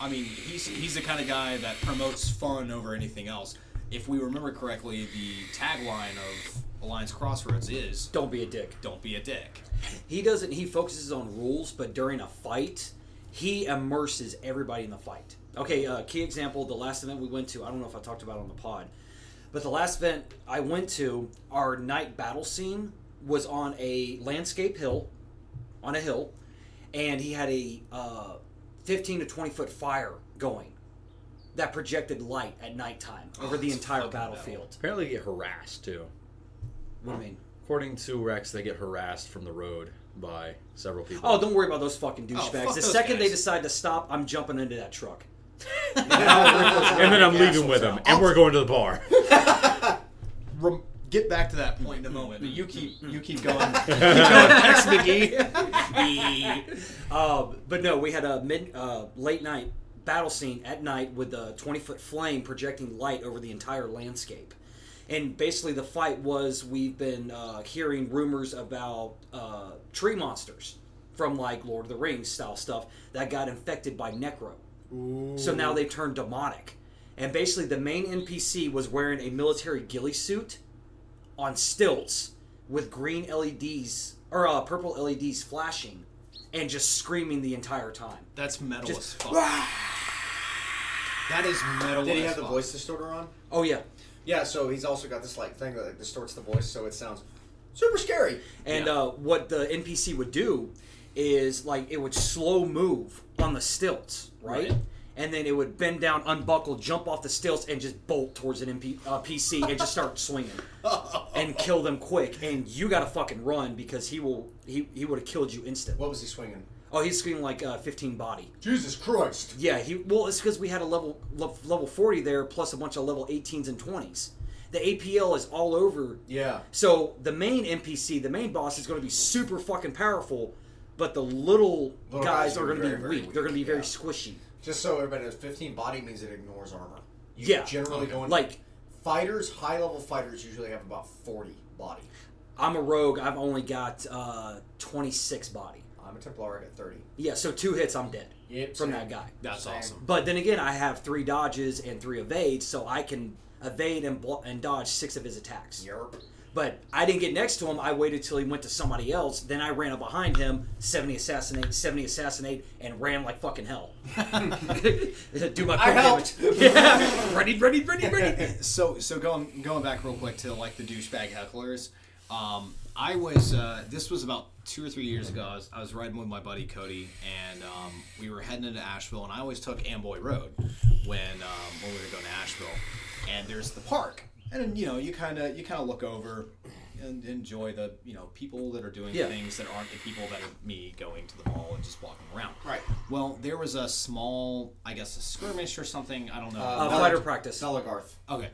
Speaker 1: I mean, he's he's the kind of guy that promotes fun over anything else. If we remember correctly, the tagline of Alliance Crossroads is
Speaker 3: Don't be a dick.
Speaker 1: "Don't be a dick."
Speaker 3: He doesn't. He focuses on rules, but during a fight, he immerses everybody in the fight. Okay, uh, key example: the last event we went to. I don't know if I talked about it on the pod, but the last event I went to, our night battle scene was on a landscape hill, on a hill, and he had a uh, fifteen to twenty foot fire going that projected light at nighttime over the
Speaker 1: Oh, it's
Speaker 3: entire
Speaker 1: fucking
Speaker 3: battlefield.
Speaker 6: Apparently, they get harassed too.
Speaker 3: What do you mean?
Speaker 6: According to Rex, they get harassed from the road by several people.
Speaker 3: Oh, don't worry about those fucking douchebags.
Speaker 1: fuck
Speaker 3: the
Speaker 1: those
Speaker 3: second they
Speaker 1: guys.
Speaker 3: decide to stop, I'm jumping into that truck.
Speaker 6: and then I'm leaving with them, and we're going to the bar.
Speaker 1: Rem- get back to that point in a moment. But you keep you keep going.
Speaker 4: [laughs]
Speaker 1: keep going. Rex McGee.
Speaker 3: Uh, but no, we had a mid uh, late night battle scene at night with a 20 foot flame projecting light over the entire landscape. And basically, the fight was we've been uh, hearing rumors about uh, tree monsters from like Lord of the Rings style stuff that got infected by Necro. So now they turned demonic. And basically, the main NPC was wearing a military ghillie suit on stilts with green LEDs or uh, purple LEDs flashing and just screaming the entire time.
Speaker 1: That's metal
Speaker 3: Just-
Speaker 1: as fuck. that is metal.
Speaker 4: Did he
Speaker 1: as
Speaker 4: have the
Speaker 1: fuck.
Speaker 4: voice distorter on?
Speaker 3: Oh yeah,
Speaker 4: Yeah, so he's also got this like thing that like, distorts the voice, so it sounds super scary.
Speaker 3: and uh, what the NPC would do is like it would slow move on the stilts, right?
Speaker 1: Right.
Speaker 3: And then it would bend down, unbuckle, jump off the stilts, and just bolt towards an MP, uh, PC and just start [laughs] swinging and kill them quick. And you gotta fucking run because he will he, he would have killed you instantly.
Speaker 4: What was he swinging?
Speaker 3: Oh, he's screaming like uh, 15 body.
Speaker 4: Jesus Christ!
Speaker 3: Yeah, he well, it's because we had a level lev- level forty there, plus a bunch of level eighteens and twenties. The APL is all over.
Speaker 4: Yeah.
Speaker 3: So the main NPC, the main boss, is going to be super fucking powerful, but the little,
Speaker 4: Little
Speaker 3: guys,
Speaker 4: guys
Speaker 3: are
Speaker 4: are
Speaker 3: going to be
Speaker 4: very,
Speaker 3: weak.
Speaker 4: very
Speaker 3: They're going to be very
Speaker 4: weak, yeah.
Speaker 3: squishy.
Speaker 4: Just so everybody knows, 15 body means it ignores armor. You
Speaker 3: Yeah.
Speaker 4: Generally going
Speaker 3: Like
Speaker 4: fighters, high level fighters usually have about 40 body.
Speaker 3: I'm a rogue. I've only got uh, twenty six body.
Speaker 4: I'm a Templar. I got 30.
Speaker 3: Yeah, so two hits, I'm dead
Speaker 4: Yep,
Speaker 3: from
Speaker 4: same.
Speaker 3: that guy.
Speaker 1: That's
Speaker 4: Same.
Speaker 1: awesome.
Speaker 3: But then again, I have three dodges and three evades, so I can evade and blo- and dodge six of his attacks.
Speaker 4: Yerp.
Speaker 3: But I didn't get next to him. I waited till he went to somebody else. Then I ran up behind him, 70 assassinate, 70 assassinate, and ran like fucking hell. [laughs] Do my
Speaker 4: I
Speaker 3: quick
Speaker 4: helped.
Speaker 3: damage. [laughs] Yeah. ready, ready, ready,
Speaker 4: [laughs]
Speaker 3: ready.
Speaker 1: so so going going back real quick to like the douchebag hecklers. Um, I was uh, this was about two or three years ago. I was, I was riding with my buddy Cody, and um, we were heading into Asheville. And I always took Amboy Road when um, when we were going to Asheville. And there's the park, and then, you know you kind of you kind of look over and enjoy the you know people that are doing
Speaker 3: Yeah.
Speaker 1: things that aren't the people that are me going to the mall and just walking around.
Speaker 4: Right.
Speaker 1: Well, there was a small, I guess, a skirmish or something. I don't know.
Speaker 3: Uh, fighter practice.
Speaker 4: Celagarth.
Speaker 1: Okay.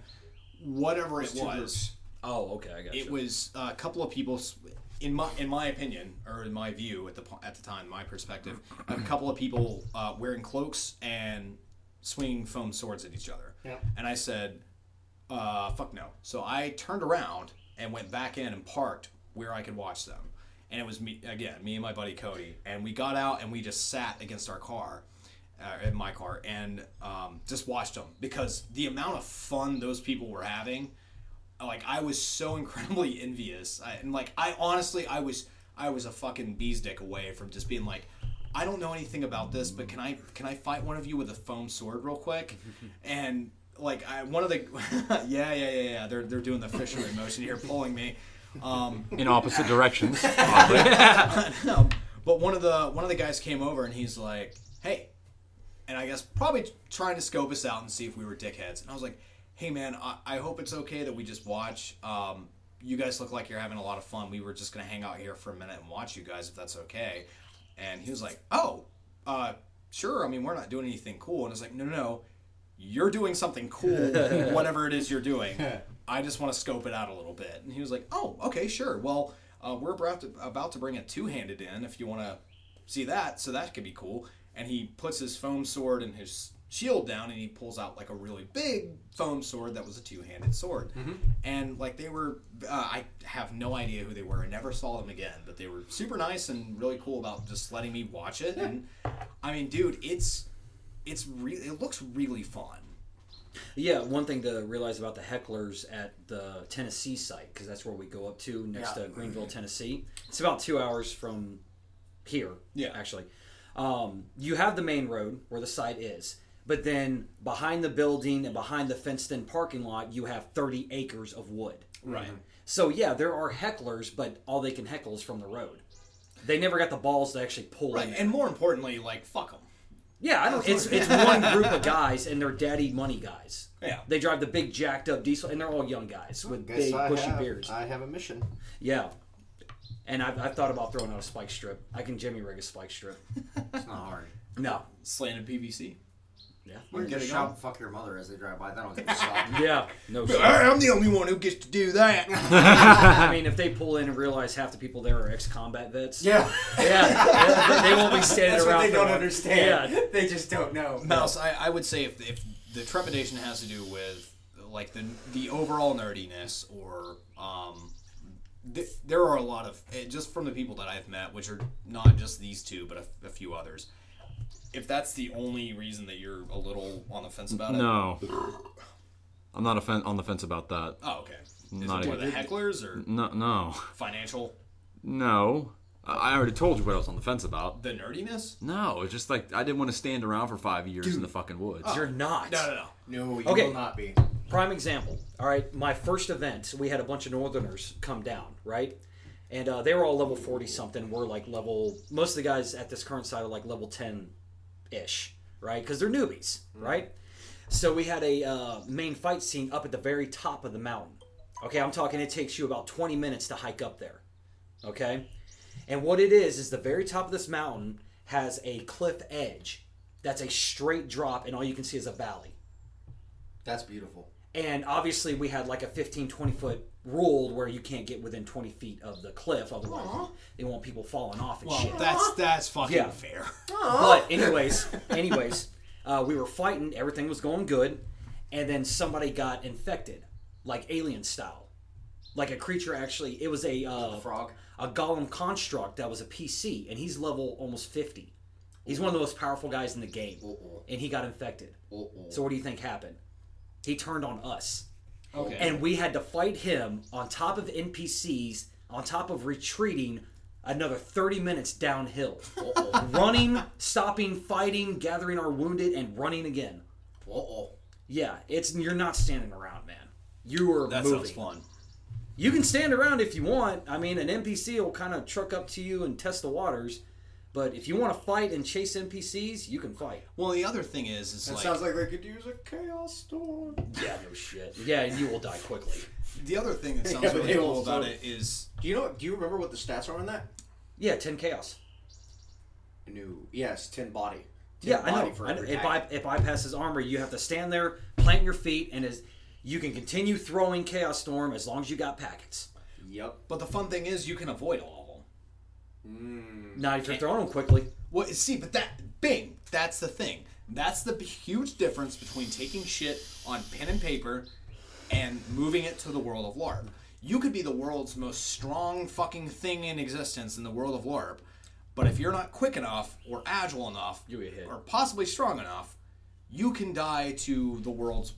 Speaker 1: Whatever it
Speaker 4: two
Speaker 1: was.
Speaker 4: groups.
Speaker 3: Oh, okay, I got
Speaker 1: it was uh, a couple of people s- in my in my opinion or in my view at the po- at the time my perspective a couple of people uh, wearing cloaks and swinging foam swords at each other
Speaker 4: Yeah.
Speaker 1: and i said uh, fuck no so i turned around and went back in and parked where i could watch them and it was me again me and my buddy cody and we got out and we just sat against our car uh, in my car and um, just watched them because the amount of fun those people were having like I was so [laughs] incredibly envious, I, and like I honestly, I was I was a fucking bee's dick away from just being like, I don't know anything about this, but can I can I fight one of you with a foam sword real quick? And like I one of the [laughs] yeah yeah yeah yeah they're they're doing the fisher motion here, pulling me. Um,
Speaker 2: [laughs] in opposite directions. Uh, oddly.
Speaker 1: [laughs] um, but one of the one of the guys came over and he's like, "Hey," and I guess probably trying to scope us out and see if we were dickheads. And I was like, "Hey, man, I, I hope it's okay that we just watch. Um, you guys look like you're having a lot of fun. We were just gonna hang out here for a minute and watch you guys if that's okay." And he was like, "Oh, uh, sure. I mean, we're not doing anything cool." And I was like, "No, no, no." You're doing something cool, whatever it is you're doing. I just want to scope it out a little bit. And he was like, "Oh, okay, sure. Well, uh, we're about to, about to bring a two-handed in if you want to see that so that could be cool and he puts his foam sword and his shield down and he pulls out like a really big foam sword that was a two-handed sword and like they were uh, i have no idea who they were i never saw them again but they were super nice and really cool about just letting me watch it and i mean dude it's it's really it looks really fun
Speaker 3: Yeah, one thing to realize about the hecklers at the Tennessee site, because that's where we go up to next
Speaker 1: Yeah.
Speaker 3: to Greenville, Tennessee. It's about two hours from here,
Speaker 1: Yeah.
Speaker 3: actually. Um, you have the main road where the site is, but then behind the building and behind the fenced in parking lot, you have 30 acres of wood.
Speaker 1: right
Speaker 3: So, yeah, there are hecklers, but all they can heckle is from the road. They never got the balls to actually pull in
Speaker 1: right
Speaker 3: there.
Speaker 1: and more importantly like fuck them
Speaker 3: Yeah, I don't. It's it's one group
Speaker 4: [laughs]
Speaker 3: of guys, and they're daddy money guys.
Speaker 1: Yeah.
Speaker 3: they drive the big jacked up diesel, and they're all young guys with
Speaker 4: Guess
Speaker 3: big
Speaker 4: I
Speaker 3: bushy
Speaker 4: have,
Speaker 3: beards.
Speaker 4: I have a mission.
Speaker 3: yeah, and I've, I've thought about throwing out a spike strip. I can Jimmy rig a spike strip.
Speaker 4: It's not hard.
Speaker 3: No,
Speaker 1: slanted pvc
Speaker 3: yeah,
Speaker 4: You can
Speaker 1: Get
Speaker 4: just
Speaker 1: it
Speaker 4: shout
Speaker 1: on.
Speaker 4: "fuck your mother" as they drive by. That don't get [laughs] stopped.
Speaker 3: yeah, no. shit.
Speaker 1: i'm the only one who gets to do that
Speaker 3: I mean, if they pull in and realize half the people there are ex-combat vets,
Speaker 4: yeah,
Speaker 3: yeah, they, they won't be standing
Speaker 4: that's
Speaker 3: around.
Speaker 4: what they
Speaker 3: for
Speaker 4: don't
Speaker 3: long.
Speaker 4: understand.
Speaker 3: Yeah.
Speaker 4: [laughs] They just don't know.
Speaker 1: [laughs] Mouse, I, I would say if, if the trepidation has to do with like the the overall nerdiness or um, th- there are a lot of eh, just from the people that I've met, which are not just these two, but a, a few others. If that's the only reason that you're a little on the fence about it,
Speaker 2: no, I'm not offen- on the fence about that.
Speaker 1: Oh, okay. Is
Speaker 2: Not
Speaker 1: it for
Speaker 2: a-
Speaker 1: the hecklers or
Speaker 2: No, no,
Speaker 1: financial?
Speaker 2: no. I I already told you what I was on the fence about.
Speaker 1: The nerdiness?
Speaker 2: No, it's just like I didn't want to stand around for five years in the fucking woods.
Speaker 1: Uh.
Speaker 3: You're not.
Speaker 1: No, no, no.
Speaker 4: No, you
Speaker 3: Okay.
Speaker 4: will not be.
Speaker 3: prime example all right my first event we had a bunch of northerners come down right and uh, they were all level 40 something we're like level most of the guys at this current site are like level 10 ish right because they're newbies right so we had a uh, main fight scene up at the very top of the mountain okay i'm talking it takes you about 20 minutes to hike up there okay and what it is is the very top of this mountain has a cliff edge that's a straight drop and all you can see is a valley
Speaker 4: That's beautiful.
Speaker 3: and obviously we had like a 15 20 foot rule where you can't get within 20 feet of the cliff otherwise they want people falling off and shit
Speaker 1: Well, that's that's fucking
Speaker 3: Yeah.
Speaker 1: fair.
Speaker 3: but anyways anyways uh, we were fighting everything was going good and then somebody got infected like alien style like a creature actually it was a uh,
Speaker 4: Frog.
Speaker 3: a golem construct that was a pc and he's level almost 50 he's one of the most powerful guys in the game
Speaker 1: Uh-uh.
Speaker 3: and he got infected so what do you think happened he turned on us
Speaker 1: Okay.
Speaker 3: and we had to fight him on top of NPCs, on top of retreating another 30 minutes downhill.
Speaker 1: Uh-uh.
Speaker 3: running, stopping, fighting, gathering our wounded, and running again.
Speaker 1: Uh-uh.
Speaker 4: Uh-oh.
Speaker 3: Yeah, it's you're not standing around, man. You are
Speaker 1: that
Speaker 3: moving.
Speaker 1: sounds fun.
Speaker 3: You can stand around if you want. I mean, an NPC will kind of truck up to you and test the waters. But if you want to fight and chase NPCs, you can fight.
Speaker 1: Well, the other thing is, is
Speaker 4: That
Speaker 1: like
Speaker 4: sounds like they could use a chaos storm.
Speaker 3: Yeah, no shit. Yeah, and you will die quickly.
Speaker 1: the other thing that sounds
Speaker 4: [laughs] Yeah, but
Speaker 1: really
Speaker 4: they
Speaker 1: cool
Speaker 4: also-
Speaker 1: about it is
Speaker 4: Do you know? Do you remember what the stats are on that?
Speaker 3: Yeah, 10 chaos.
Speaker 4: No. Yes, ten body. Ten
Speaker 3: Yeah, I
Speaker 4: body
Speaker 3: know.
Speaker 4: for
Speaker 3: I know.
Speaker 4: every
Speaker 3: It,
Speaker 4: pack.
Speaker 3: by, it bypasses armor. You have to stand there, plant your feet, and is You can continue throwing Chaos Storm as long as you got packets.
Speaker 4: Yep.
Speaker 1: But the fun thing is, you can avoid all of them.
Speaker 3: Not if you're throwing them quickly.
Speaker 1: Well, see, but that, bing, that's the thing. That's the b- huge difference between taking shit on pen and paper and moving it to the world of LARP. You could be the world's most strong fucking thing in existence in the world of LARP, but if you're not quick enough or agile enough
Speaker 3: You'll get hit.
Speaker 1: or possibly strong enough, you can die to the world's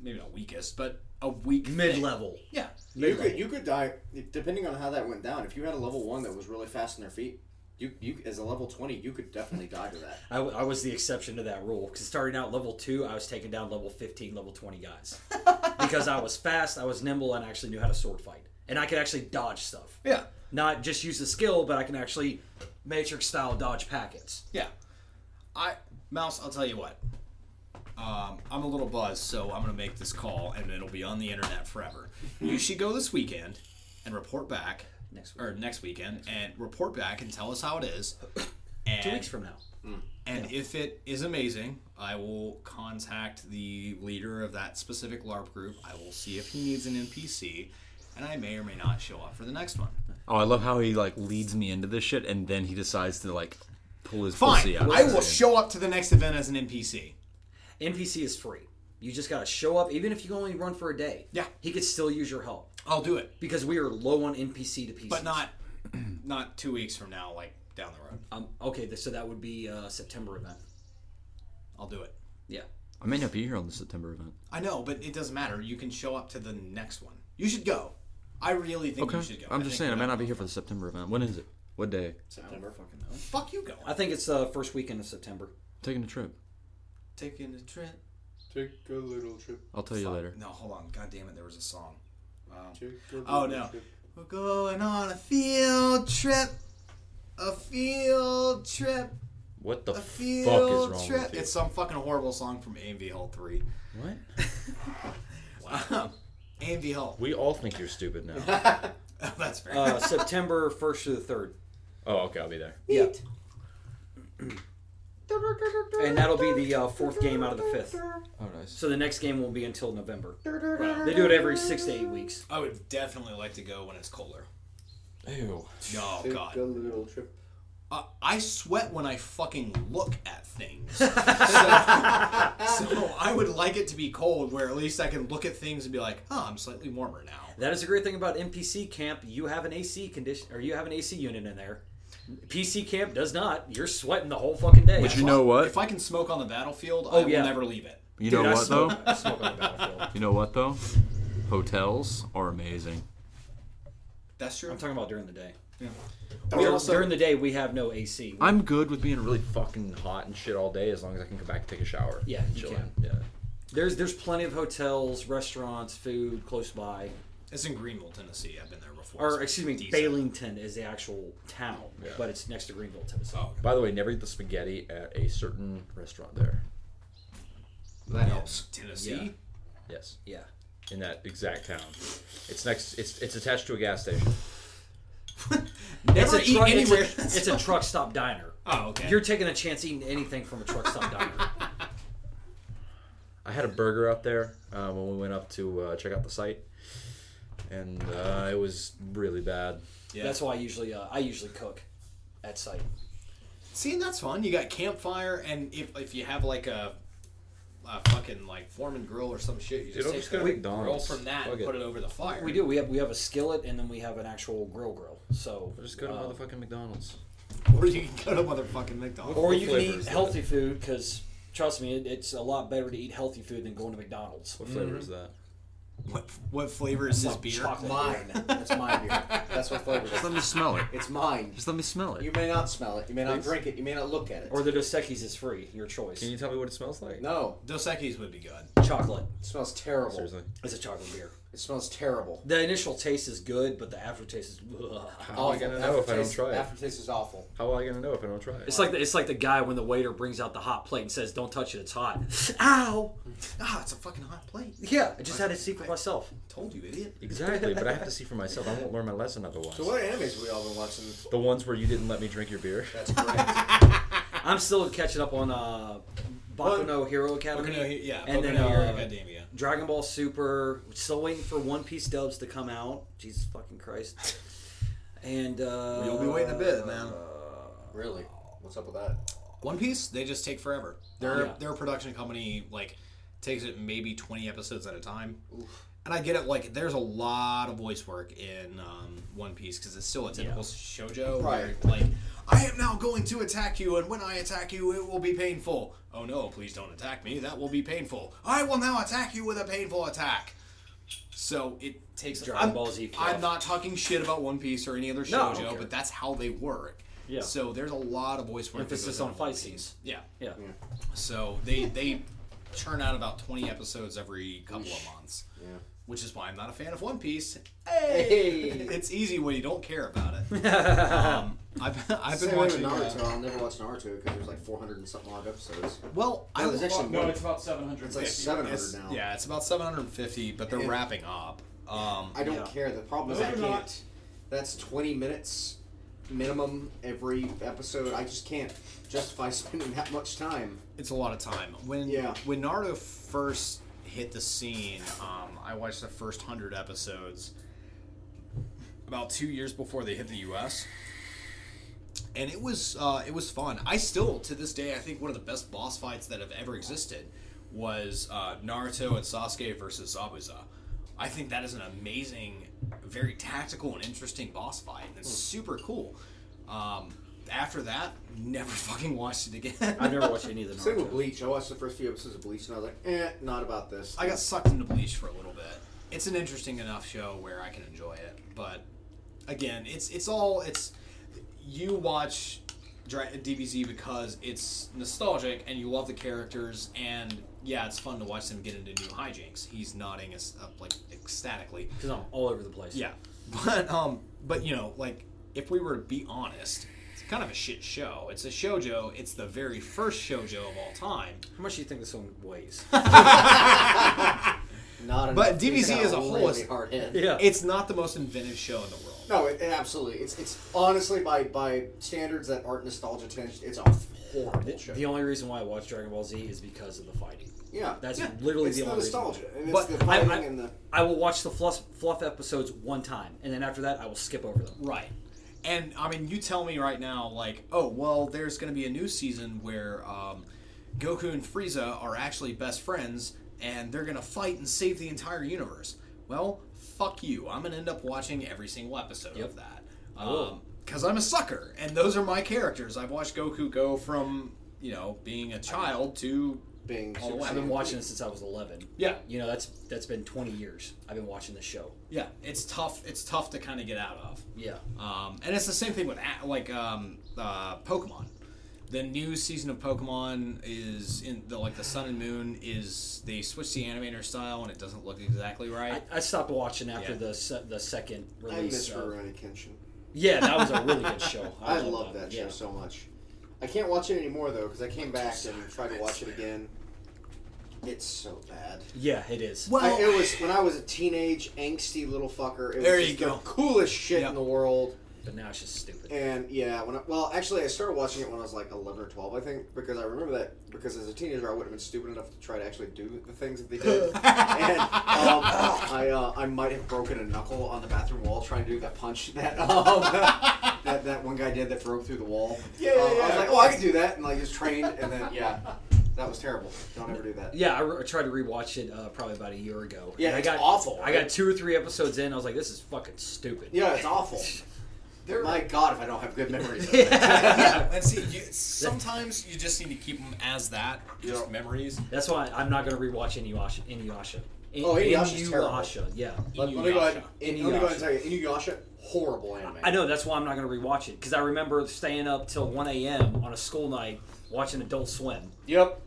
Speaker 1: maybe not weakest, but a weak thing.
Speaker 3: Mid level.
Speaker 1: Yeah.
Speaker 4: You could you could die depending on how that went down. If you had a level one that was really fast in their feet, you you as a level twenty, you could definitely die to that.
Speaker 3: I, w- I was the exception to that rule because starting out level two, I was taking down level 15, level 20
Speaker 1: [laughs]
Speaker 3: guys because I was fast, I was nimble, and I actually knew how to sword fight. And I could actually dodge stuff.
Speaker 1: Yeah.
Speaker 3: Not just use the skill, but I can actually matrix style dodge packets.
Speaker 1: Yeah. I Mouse, I'll tell you what. Um, I'm a little buzzed, so I'm gonna make this call and it'll be on the internet forever. you should go this weekend and report back
Speaker 3: Next
Speaker 1: or next weekend and report back and tell us how it is. And,
Speaker 3: Two weeks from now.
Speaker 1: and if it is amazing, I will contact the leader of that specific LARP group. I will see if he needs an NPC, and I may or may not show up for the next one.
Speaker 2: Oh, I love how he like leads me into this shit, and then he decides to like pull his
Speaker 1: Fine,
Speaker 2: pussy out.
Speaker 1: I will show up to the next event as an NPC.
Speaker 3: NPC is free. You just got to show up, even if you only run for a day.
Speaker 1: Yeah.
Speaker 3: He could still use your help
Speaker 1: I'll do it.
Speaker 3: because we are low on NPC to pieces.
Speaker 1: but not [clears throat] not two weeks from now, like down the road.
Speaker 3: Um, okay, th- so that would be uh, September event.
Speaker 1: I'll do it.
Speaker 3: Yeah.
Speaker 2: I may not be here on the September event.
Speaker 1: I know, but it doesn't matter. You can show up to the next one. You should go. I really think you should go.
Speaker 2: I'm just
Speaker 1: think
Speaker 2: saying I
Speaker 1: you
Speaker 2: may
Speaker 1: ought
Speaker 2: not be
Speaker 1: to
Speaker 2: here for the September event. When is it? What day?
Speaker 4: September fucking
Speaker 1: go. Fuck you, go.
Speaker 3: I think it's the uh, first weekend of September.
Speaker 2: Taking a trip.
Speaker 1: Taking a trip.
Speaker 4: Take a little trip.
Speaker 2: I'll tell you later.
Speaker 1: No, hold on. God damn it, there was a song. Um,
Speaker 4: Take a little
Speaker 1: oh no, we're going on a field trip. A field trip.
Speaker 6: What the
Speaker 1: A
Speaker 6: fuck is
Speaker 1: field
Speaker 6: wrong
Speaker 1: trip.
Speaker 6: with you?
Speaker 1: It's some fucking horrible song from AMV Hall Three.
Speaker 6: [laughs] what?
Speaker 1: Wow. AMV Hall.
Speaker 6: We all think you're stupid now.
Speaker 1: [laughs]
Speaker 6: [laughs]
Speaker 1: That's fair.
Speaker 3: Uh, [laughs] September 1st to the 3rd.
Speaker 6: oh, okay, I'll be there.
Speaker 3: Yeah. and that'll be the uh, fourth game out of the fifth.
Speaker 2: Oh, nice.
Speaker 3: So the next game won't be until November. They do it every six to eight weeks.
Speaker 1: I would definitely like to go when it's colder.
Speaker 2: Ew.
Speaker 1: Oh
Speaker 4: Take a
Speaker 1: god,
Speaker 4: little trip.
Speaker 1: uh, I sweat when I fucking look at
Speaker 4: [laughs]
Speaker 1: things. so, so I would like it to be cold, where at least I can look at things and be like, "Oh, I'm slightly warmer now."
Speaker 3: That is a great thing about NPC camp. You have an AC condition, or you have an AC unit in there. PC camp does not. You're sweating the whole fucking day.
Speaker 2: you know what?
Speaker 1: If I can smoke on the battlefield, I will
Speaker 3: Oh, yeah.
Speaker 1: never leave it.
Speaker 2: You
Speaker 3: Dude,
Speaker 2: know
Speaker 3: I
Speaker 2: what
Speaker 3: smoke,
Speaker 2: though?
Speaker 3: I smoke on the battlefield.
Speaker 2: You know what though? Hotels are amazing.
Speaker 1: That's true.
Speaker 3: I'm talking about during the day.
Speaker 1: we
Speaker 3: During-
Speaker 1: also,
Speaker 3: during the day, we have no AC.
Speaker 2: I'm good with being really.
Speaker 6: Really fucking hot and shit all day as long as I can come back and take a shower.
Speaker 3: Yeah,
Speaker 6: and
Speaker 3: you
Speaker 6: chill
Speaker 3: can.
Speaker 6: out. Yeah.
Speaker 3: There's there's plenty of hotels, restaurants, food close by.
Speaker 1: it's in Greenville, Tennessee. I've been there before. so
Speaker 3: Or
Speaker 1: it's
Speaker 3: excuse me,
Speaker 1: decent.
Speaker 3: Balington is the actual town,
Speaker 6: Yeah.
Speaker 3: but it's next to Greenville, Tennessee.
Speaker 1: Oh,
Speaker 6: By the way, never eat the spaghetti at a certain restaurant there.
Speaker 1: that helps. Oh, Tennessee.
Speaker 3: Yeah.
Speaker 6: Yes,
Speaker 3: Yeah.
Speaker 6: in that exact town. It's next. It's it's attached to a gas station.
Speaker 1: Never
Speaker 3: it's a
Speaker 1: eat
Speaker 3: truck- it's a-
Speaker 1: anywhere.
Speaker 3: [laughs] It's a, truck stop
Speaker 1: [laughs]
Speaker 3: diner.
Speaker 1: oh, okay.
Speaker 3: You're taking a chance eating anything from a truck stop diner.
Speaker 6: I had a burger out there uh, when we went up to uh, check out the site, and uh, it was really bad.
Speaker 1: [laughs] yeah.
Speaker 3: That's why I usually uh, I usually cook at site.
Speaker 1: See, and that's fun. You got campfire, and if if you have like a, a fucking like Foreman grill or some shit, you just
Speaker 6: Dude, I'm
Speaker 1: take
Speaker 6: just
Speaker 1: the
Speaker 6: gonna make
Speaker 1: grill
Speaker 6: McDonald's.
Speaker 1: from that
Speaker 6: Fuck
Speaker 1: and
Speaker 6: it.
Speaker 1: put it over the fire.
Speaker 3: We do. We have we have a skillet and then we have an actual grill grill. So
Speaker 6: Just go to
Speaker 3: uh,
Speaker 6: motherfucking McDonald's.
Speaker 1: or you can go to motherfucking McDonald's.
Speaker 3: or you can
Speaker 6: flavors
Speaker 3: eat
Speaker 6: that-
Speaker 3: healthy food because trust me, it, it's a lot better to eat healthy food than going to McDonald's.
Speaker 6: What flavor
Speaker 2: Mm-hmm.
Speaker 6: is that?
Speaker 1: What what flavor is this
Speaker 3: Like
Speaker 1: beer?
Speaker 3: chocolate.
Speaker 4: Mine. That's my beer. That's what flavor it
Speaker 2: Just
Speaker 4: is.
Speaker 2: let me smell it.
Speaker 4: It's mine.
Speaker 2: Just let me smell
Speaker 4: You
Speaker 2: it.
Speaker 4: may not smell it. You may not drink it. You may not look at it.
Speaker 3: [laughs] Or the Dos Equis is free, your
Speaker 6: Can
Speaker 3: choice.
Speaker 6: you tell me what it smells like?
Speaker 4: no,
Speaker 1: Dos Equis would be good.
Speaker 3: Chocolate.
Speaker 4: it smells terrible.
Speaker 6: Seriously.
Speaker 3: It's a chocolate beer.
Speaker 4: It smells terrible.
Speaker 3: The initial taste is good, but the aftertaste is. ugh.
Speaker 6: How am I
Speaker 4: Awful.
Speaker 6: gonna know if I don't
Speaker 4: Aftertaste-
Speaker 6: try it?
Speaker 4: Aftertaste is awful.
Speaker 6: How am I gonna know if I don't try it?
Speaker 3: It's like the, it's like the guy when the waiter brings out the hot plate and says, "Don't touch it, it's hot." [laughs] Ow!
Speaker 1: Ah, it's a fucking hot plate. I
Speaker 3: Yeah, I just had to see for myself.
Speaker 1: told you, idiot.
Speaker 6: exactly, but I have to see for myself. I won't learn my lesson otherwise.
Speaker 4: So what animes have we all been watching?
Speaker 6: The ones where you didn't let me drink your beer.
Speaker 4: That's correct.
Speaker 3: I'm still catching up on uh, Boku no Hero Academy.
Speaker 1: Boku no He- yeah,
Speaker 3: and
Speaker 1: Boku
Speaker 3: then
Speaker 1: no Hero
Speaker 3: uh,
Speaker 1: Academia.
Speaker 3: Dragon Ball Super. Still waiting for One Piece dubs to come out. Jesus fucking Christ. And uh,
Speaker 5: You'll be waiting a bit, man.
Speaker 4: Really? What's up with that?
Speaker 1: One Piece, they just take forever. Their
Speaker 3: Yeah.
Speaker 1: their production company like takes it maybe twenty episodes at a time. And I get it. Like, there's a lot of voice work in um, One Piece because it's still a typical shojo. Where,
Speaker 4: Right.
Speaker 1: like, I am now going to attack you, and when I attack you, it will be painful. Oh no! Please don't attack me. That will be painful. I will now attack you with a painful attack. So it takes.
Speaker 3: Dragon
Speaker 1: I'm-
Speaker 3: Ball Z fluff.
Speaker 1: I'm not talking shit about One Piece or any other
Speaker 3: No, I
Speaker 1: shojo,
Speaker 3: don't care.
Speaker 1: but that's how they work.
Speaker 3: Yeah.
Speaker 1: So there's a lot of voice work. that
Speaker 3: Emphasis
Speaker 1: goes into
Speaker 3: on fight
Speaker 1: One Piece.
Speaker 3: scenes.
Speaker 1: Yeah.
Speaker 3: Yeah.
Speaker 1: So they they [laughs] churn out about twenty episodes every couple of months.
Speaker 4: Yeah.
Speaker 1: Which is why I'm not a fan of One Piece.
Speaker 4: Hey!
Speaker 1: [laughs] It's easy when you don't care about
Speaker 4: [laughs]
Speaker 1: it.
Speaker 3: [laughs]
Speaker 1: um, I've, I've been
Speaker 4: Same way with
Speaker 1: watching.
Speaker 4: Naruto.
Speaker 1: Uh,
Speaker 4: I'll never watch Naruto because there's like 400 and something odd episodes.
Speaker 1: well, I
Speaker 4: No, there's
Speaker 1: wa-
Speaker 4: actually
Speaker 7: No,
Speaker 4: more.
Speaker 7: it's about 700.
Speaker 4: It's like
Speaker 1: it's-
Speaker 4: 700 now.
Speaker 1: Yeah, it's about 750, but they're
Speaker 4: And-
Speaker 1: wrapping up. Um,
Speaker 4: I don't
Speaker 3: Yeah.
Speaker 4: care. The problem
Speaker 7: No,
Speaker 4: is I
Speaker 7: they're
Speaker 4: can't.
Speaker 7: not.
Speaker 4: That's 20 minutes minimum every episode. I just can't justify [laughs] spending that much time.
Speaker 1: it's a lot of time. When
Speaker 4: Yeah.
Speaker 1: when Naruto first hit the scene, um, I watched the first hundred episodes about two years before they hit the U.S. And it was uh, it was fun. I still to this day I think one of the best boss fights that have ever existed was uh, Naruto and Sasuke versus Zabuza. I think that is an amazing, very tactical and interesting boss fight. and It's super cool. Um, after that, never [laughs] fucking watched it again.
Speaker 3: I've never watched any of the
Speaker 4: Same with
Speaker 3: Naruto.
Speaker 4: Bleach. I watched the first few episodes of Bleach and I was like, eh, not about this.
Speaker 1: I got sucked into Bleach for a little bit. It's an interesting enough show where I can enjoy it, but again, it's it's all it's you watch Dra- DBZ because it's nostalgic and you love the characters and yeah, it's fun to watch them get into new hijinks. He's nodding as, uh, like ecstatically.
Speaker 3: Because I'm all over the place.
Speaker 1: Yeah, [laughs] but um, but you know, like if we were to be honest, it's kind of a shit show. It's a shojo. It's the very first shojo of all time.
Speaker 3: How much do you think this one weighs?
Speaker 4: not enough.
Speaker 1: But
Speaker 4: He's
Speaker 1: DBZ
Speaker 4: got
Speaker 1: as a whole
Speaker 4: really
Speaker 1: is-
Speaker 4: hard head.
Speaker 3: yeah.
Speaker 1: It's not the most inventive show in the world.
Speaker 4: No, Oh, it, it absolutely. It's it's honestly by by standards that aren't nostalgia tinged, it's a horrible show.
Speaker 3: the only reason why I watch Dragon Ball Z is because of the fighting.
Speaker 4: yeah,
Speaker 3: That's
Speaker 1: Yeah,
Speaker 3: literally
Speaker 4: it's
Speaker 3: the
Speaker 4: the
Speaker 3: only reason.
Speaker 4: nostalgia and it's
Speaker 3: But
Speaker 4: the
Speaker 3: I- I-
Speaker 4: fighting and the
Speaker 3: I will watch the fluff, fluff episodes one time, and then after that, I will skip over them.
Speaker 1: Right. And I mean, you tell me right now, like, oh, well, there's going to be a new season where um, Goku and Frieza are actually best friends and they're going to fight and save the entire universe. Well, fuck you. I'm going to end up watching every single episode of
Speaker 3: Yep.
Speaker 1: that.
Speaker 3: will.
Speaker 1: Because I'm a sucker, and those are my characters. I've watched Goku go from, you know, being a child to.
Speaker 4: being.
Speaker 1: Oh, I
Speaker 4: Super
Speaker 3: I've
Speaker 1: mean,
Speaker 4: Saiyan.
Speaker 3: been watching it since I was 11.
Speaker 1: Yeah.
Speaker 3: You know, that's that's been 20 years. I've been watching this show.
Speaker 1: Yeah, it's tough. It's tough to kind of get out of.
Speaker 3: Yeah.
Speaker 1: Um, and it's the same thing with a- like um, uh, Pokemon. The new season of Pokemon is in the like the Sun and Moon is they switched the animator style and it doesn't look exactly
Speaker 3: I,
Speaker 1: right.
Speaker 3: I stopped watching after
Speaker 1: Yeah.
Speaker 3: the se- the second
Speaker 4: I
Speaker 3: release.
Speaker 4: miss
Speaker 3: of-
Speaker 4: Rurouni Kenshin.
Speaker 3: yeah, that was a really good show.
Speaker 4: [laughs] I
Speaker 3: loved
Speaker 4: love that
Speaker 3: yeah.
Speaker 4: show so much. I can't watch it anymore though because I came back and tried to watch it again. It's so bad.
Speaker 3: Yeah, it is.
Speaker 4: I, it was when I was a teenage angsty little fucker. It
Speaker 1: Oh. There
Speaker 4: was
Speaker 1: you
Speaker 4: just the
Speaker 1: go.
Speaker 4: coolest shit
Speaker 1: Yep.
Speaker 4: in the world.
Speaker 3: But now it's just stupid.
Speaker 4: And yeah, when I, well, actually, I started watching it when I was like eleven or twelve, I think, because I remember that because as a teenager, I would have been stupid enough to try to actually do the things that
Speaker 1: [laughs]
Speaker 4: they did, and um, I uh, I might have broken a knuckle on the bathroom wall trying to do that punch [laughs] that um, that that one guy did that broke through the wall.
Speaker 1: Yeah, yeah,
Speaker 4: Um, I was
Speaker 1: yeah.
Speaker 4: like, oh, I can do that, and like just trained, and then yeah, that was terrible. Don't ever do that.
Speaker 3: Yeah, I, re- I tried to rewatch it uh, probably about a year ago.
Speaker 4: Yeah,
Speaker 3: And I
Speaker 4: it's
Speaker 3: got
Speaker 4: awful,
Speaker 3: I got
Speaker 4: right?
Speaker 3: two or three episodes in. I was like, this is fucking stupid.
Speaker 4: Yeah, it's awful. My God, if I don't have good memories. Of [laughs] that.
Speaker 1: yeah, and see, you, sometimes you just need to keep them as that, just
Speaker 4: Yeah.
Speaker 1: memories.
Speaker 3: That's why I'm not gonna rewatch Inuyasha. Inuyasha. In-
Speaker 4: Oh, Inuyasha's
Speaker 3: Inuyasha. Yeah.
Speaker 4: Let, let me go ahead.
Speaker 3: Inuyasha.
Speaker 4: Let me go ahead and tell you, Inuyasha, horrible anime.
Speaker 3: I know that's why I'm not gonna rewatch it because I remember staying up till 1 a.m. on a school night watching Adult Swim.
Speaker 4: Yep.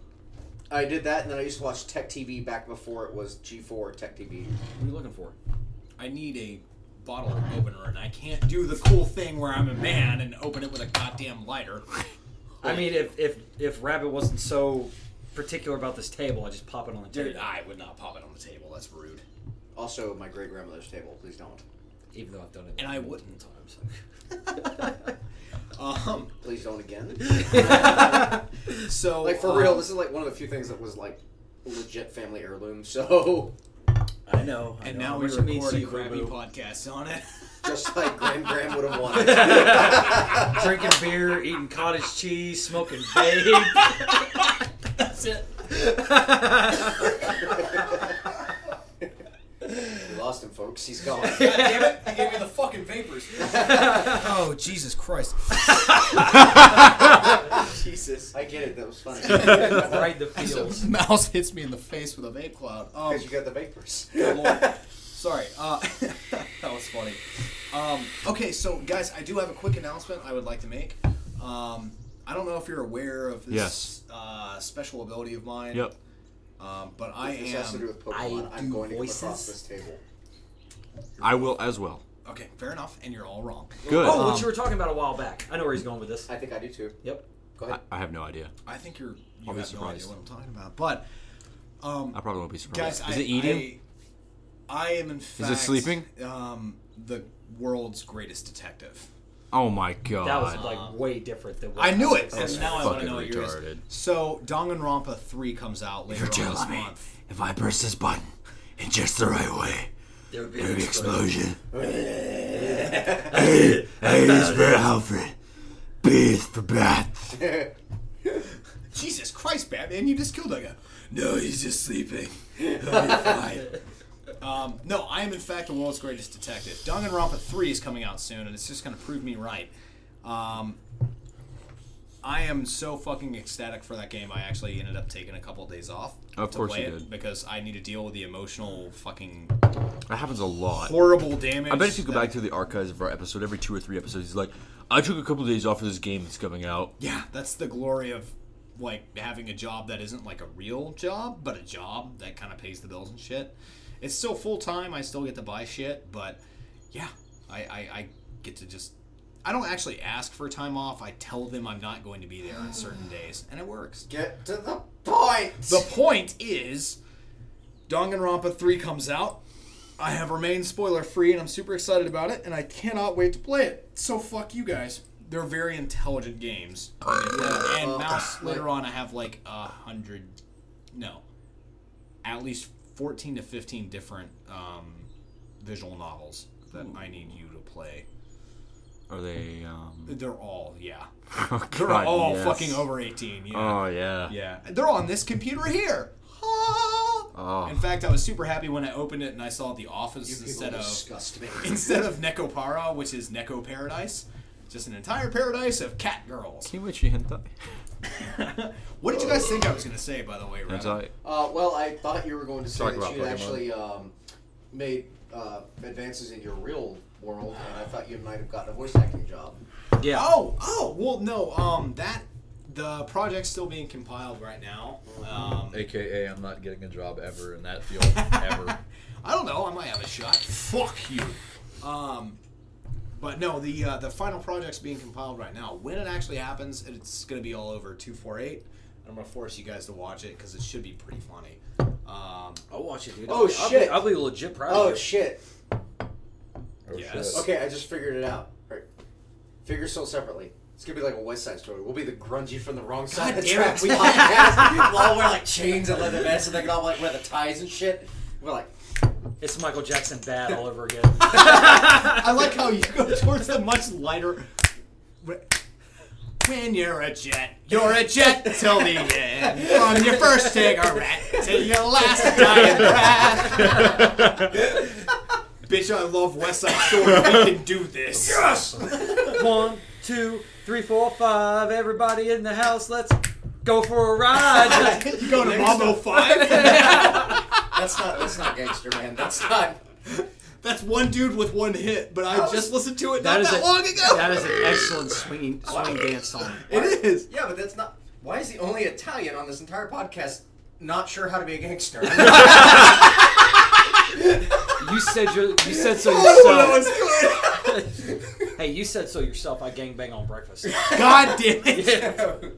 Speaker 4: I did that, and then I used to watch Tech TV back before it was G4 or Tech TV.
Speaker 3: What are you looking for?
Speaker 1: I need a bottle opener and I can't do the cool thing where I'm a man and open it with a goddamn lighter.
Speaker 3: I mean, if if if Rabbit wasn't so particular about this table, I just pop it on the table,
Speaker 1: Dude, I would not pop it on the table. That's rude.
Speaker 4: Also, my great grandmother's table. Please don't.
Speaker 3: even though I've done it.
Speaker 1: And I
Speaker 3: multiple
Speaker 1: wouldn't.
Speaker 3: times.
Speaker 1: Um,
Speaker 4: Please don't again.
Speaker 1: So
Speaker 4: Like for real,
Speaker 1: um,
Speaker 4: this is like one of the few things that was like a legit family heirloom. So [laughs]
Speaker 3: I know. I
Speaker 1: And
Speaker 3: know.
Speaker 1: now
Speaker 3: I'm
Speaker 1: we
Speaker 3: rich and
Speaker 1: record a
Speaker 3: easy,
Speaker 1: crappy
Speaker 3: boo-boo.
Speaker 1: podcast on it.
Speaker 4: just like Graham Graham would have wanted.
Speaker 1: [laughs]
Speaker 3: Drinking beer, eating cottage cheese, smoking vape.
Speaker 1: That's it.
Speaker 4: we lost him, folks. He's
Speaker 1: [laughs]
Speaker 4: gone.
Speaker 1: Damn it! He gave me the fucking vapors. [laughs] oh Jesus [laughs] Christ! Jesus.
Speaker 4: I get it. That was [laughs] funny
Speaker 3: right the
Speaker 1: So, [laughs]
Speaker 3: fields.
Speaker 1: mouse hits me in the face with a vape cloud. Um,
Speaker 4: because you got the vapors.
Speaker 1: Good lord. Sorry. Uh, [laughs] that was funny. Um, okay, so guys, I do have a quick announcement I would like to make. Um, I don't know if you're aware of this
Speaker 2: Yes.
Speaker 1: uh, special ability of mine.
Speaker 2: Yep.
Speaker 1: Um, but I
Speaker 4: This has to do
Speaker 1: am.
Speaker 4: with Pokemon.
Speaker 3: I
Speaker 4: I'm
Speaker 3: do
Speaker 4: going to come across
Speaker 3: voices.
Speaker 4: this table.
Speaker 2: I will as well.
Speaker 1: Okay, fair enough, and you're all wrong.
Speaker 2: Good. Uh,
Speaker 3: Oh, what you were talking about a while back. I know where he's going with this.
Speaker 4: I think I do too.
Speaker 3: Yep.
Speaker 4: Go
Speaker 2: I,
Speaker 4: ahead.
Speaker 2: I have no idea.
Speaker 1: I think you're. You
Speaker 2: I'll be
Speaker 1: have no idea
Speaker 2: surprised.
Speaker 1: what I'm talking about, but um,
Speaker 2: I probably won't be surprised.
Speaker 1: guys,
Speaker 2: Is
Speaker 1: I,
Speaker 2: it E eating?
Speaker 1: I, I am in fact.
Speaker 2: sleeping?
Speaker 1: Um, the world's greatest detective.
Speaker 2: oh my god.
Speaker 3: That was like way different than what
Speaker 1: I knew
Speaker 3: was
Speaker 1: it, and
Speaker 3: expecting.
Speaker 1: now I want to
Speaker 2: Oh, fucking
Speaker 1: know what yours.
Speaker 2: retarded.
Speaker 1: So, Danganronpa three comes out later
Speaker 2: You're
Speaker 1: on this
Speaker 2: telling me
Speaker 1: month.
Speaker 2: if I press this button in just the right way,
Speaker 3: There would be
Speaker 2: there'll
Speaker 3: an
Speaker 2: be
Speaker 3: explosion.
Speaker 2: explosion. hey, hey, it's for Alfred. B is for Beth.
Speaker 1: Jesus Christ, Batman, you just killed that guy. No, he's just sleeping. [laughs] He'll be fine. Um, no, I am in fact the world's greatest detective. Danganronpa 3 is coming out soon, and it's just going to prove me right. Um, I am so fucking ecstatic for that game. I actually ended up taking a couple of days off.
Speaker 2: Of
Speaker 1: to
Speaker 2: course
Speaker 1: play
Speaker 2: you
Speaker 1: it
Speaker 2: did.
Speaker 1: Because I need to deal with the emotional fucking
Speaker 2: That happens a lot.
Speaker 1: horrible damage.
Speaker 2: I bet if you go
Speaker 1: that-
Speaker 2: back to the archives of our episode, every two or three episodes, he's like, I took a couple days off of this game that's coming out.
Speaker 1: Yeah, that's the glory of like having a job that isn't like a real job, but a job that kind of pays the bills and shit. It's still full time. I still get to buy shit, but yeah, I, I, I get to just. I don't actually ask for time off. I tell them I'm not going to be there on certain days, and it works.
Speaker 4: Get to the point.
Speaker 1: The point is, Danganronpa 3 comes out. I have remained spoiler free, and I'm super excited about it, and I cannot wait to play it. So fuck you guys. They're very intelligent games. and
Speaker 2: Oh,
Speaker 1: Mouse, later on, I have like a hundred, no, at least 14 to 15 different um, visual novels that I need you to play.
Speaker 2: Are they, um.
Speaker 1: They're all, yeah.
Speaker 2: [laughs] Oh,
Speaker 1: [laughs] They're
Speaker 2: God,
Speaker 1: all
Speaker 2: yes.
Speaker 1: fucking over 18. Yeah.
Speaker 2: Oh, yeah.
Speaker 1: Yeah, they're on this computer here. Ah.
Speaker 2: Oh.
Speaker 1: In fact, I was super happy when I opened it and I saw the office
Speaker 4: You people
Speaker 1: instead of
Speaker 4: disgust me.
Speaker 1: [laughs] instead of Necopara, which is Neko Paradise, just an entire paradise of cat girls.
Speaker 2: Kimuchi hentai.
Speaker 1: What did you guys think I was gonna say, by the way? Ryan?
Speaker 4: [laughs]
Speaker 2: Hentai.
Speaker 4: Uh, well, I thought you were going to say
Speaker 6: Talk
Speaker 4: that
Speaker 6: about
Speaker 4: you
Speaker 6: Pokemon.
Speaker 4: had actually um, made uh, advances in your real world, and I thought you might have gotten a voice acting job.
Speaker 3: Yeah.
Speaker 1: Oh, oh, well, no. Um, that the project's still being compiled right now. Um,
Speaker 6: AKA, I'm not getting a job ever in that
Speaker 1: [laughs]
Speaker 6: field ever.
Speaker 1: I don't know. I might have a shot. Fuck you. Um, but no, the uh, the final project's being compiled right now. When it actually happens, it's gonna be all over two four eight. I'm gonna force you guys to watch it because it should be pretty funny. Um,
Speaker 3: I'll watch it, dude.
Speaker 4: Oh,
Speaker 3: I'll be-
Speaker 4: shit.
Speaker 3: I'll be, I'll be legit proud
Speaker 4: Oh
Speaker 3: of you.
Speaker 4: shit!
Speaker 6: Oh,
Speaker 1: [laughs] Yes.
Speaker 6: shit.
Speaker 4: Okay, I just figured it out. Right. Figure sold separately. It's gonna be like a West Side Story. We'll be the grungy from the wrong side of the
Speaker 1: damn
Speaker 4: tracks
Speaker 1: it.
Speaker 4: podcast. [laughs] We'll all wear like chains and leather vests, and they can all like wear the ties and shit. We're like,
Speaker 3: It's Michael Jackson bad all
Speaker 1: [laughs]
Speaker 3: over again.
Speaker 1: I like how you go towards the much lighter. When you're a jet, you're a jet till the end. From your first cigarette till your last dying breath.
Speaker 6: [laughs]
Speaker 1: Bitch, I love West Side Story. We can do this.
Speaker 3: One, two, three, four, five. Everybody in the house, let's go for a ride.
Speaker 1: You go to Mambo 5?
Speaker 3: [laughs]
Speaker 4: that's not that's not gangster, man. That's not.
Speaker 1: That's one dude with one hit, but I just listened to it not
Speaker 3: That is
Speaker 1: that
Speaker 3: a-
Speaker 1: long ago.
Speaker 3: That is an excellent swinging swing dance song.
Speaker 1: it is.
Speaker 4: Yeah, but that's not. Why is the only Italian on this entire podcast not sure how to be
Speaker 1: [laughs]
Speaker 4: a gangster?
Speaker 3: You said you you said so
Speaker 1: Oh, That was
Speaker 3: yourself.
Speaker 1: good.
Speaker 3: [laughs] Hey, you said so yourself. I gang bang on breakfast.
Speaker 1: God damn
Speaker 2: [laughs]
Speaker 1: it.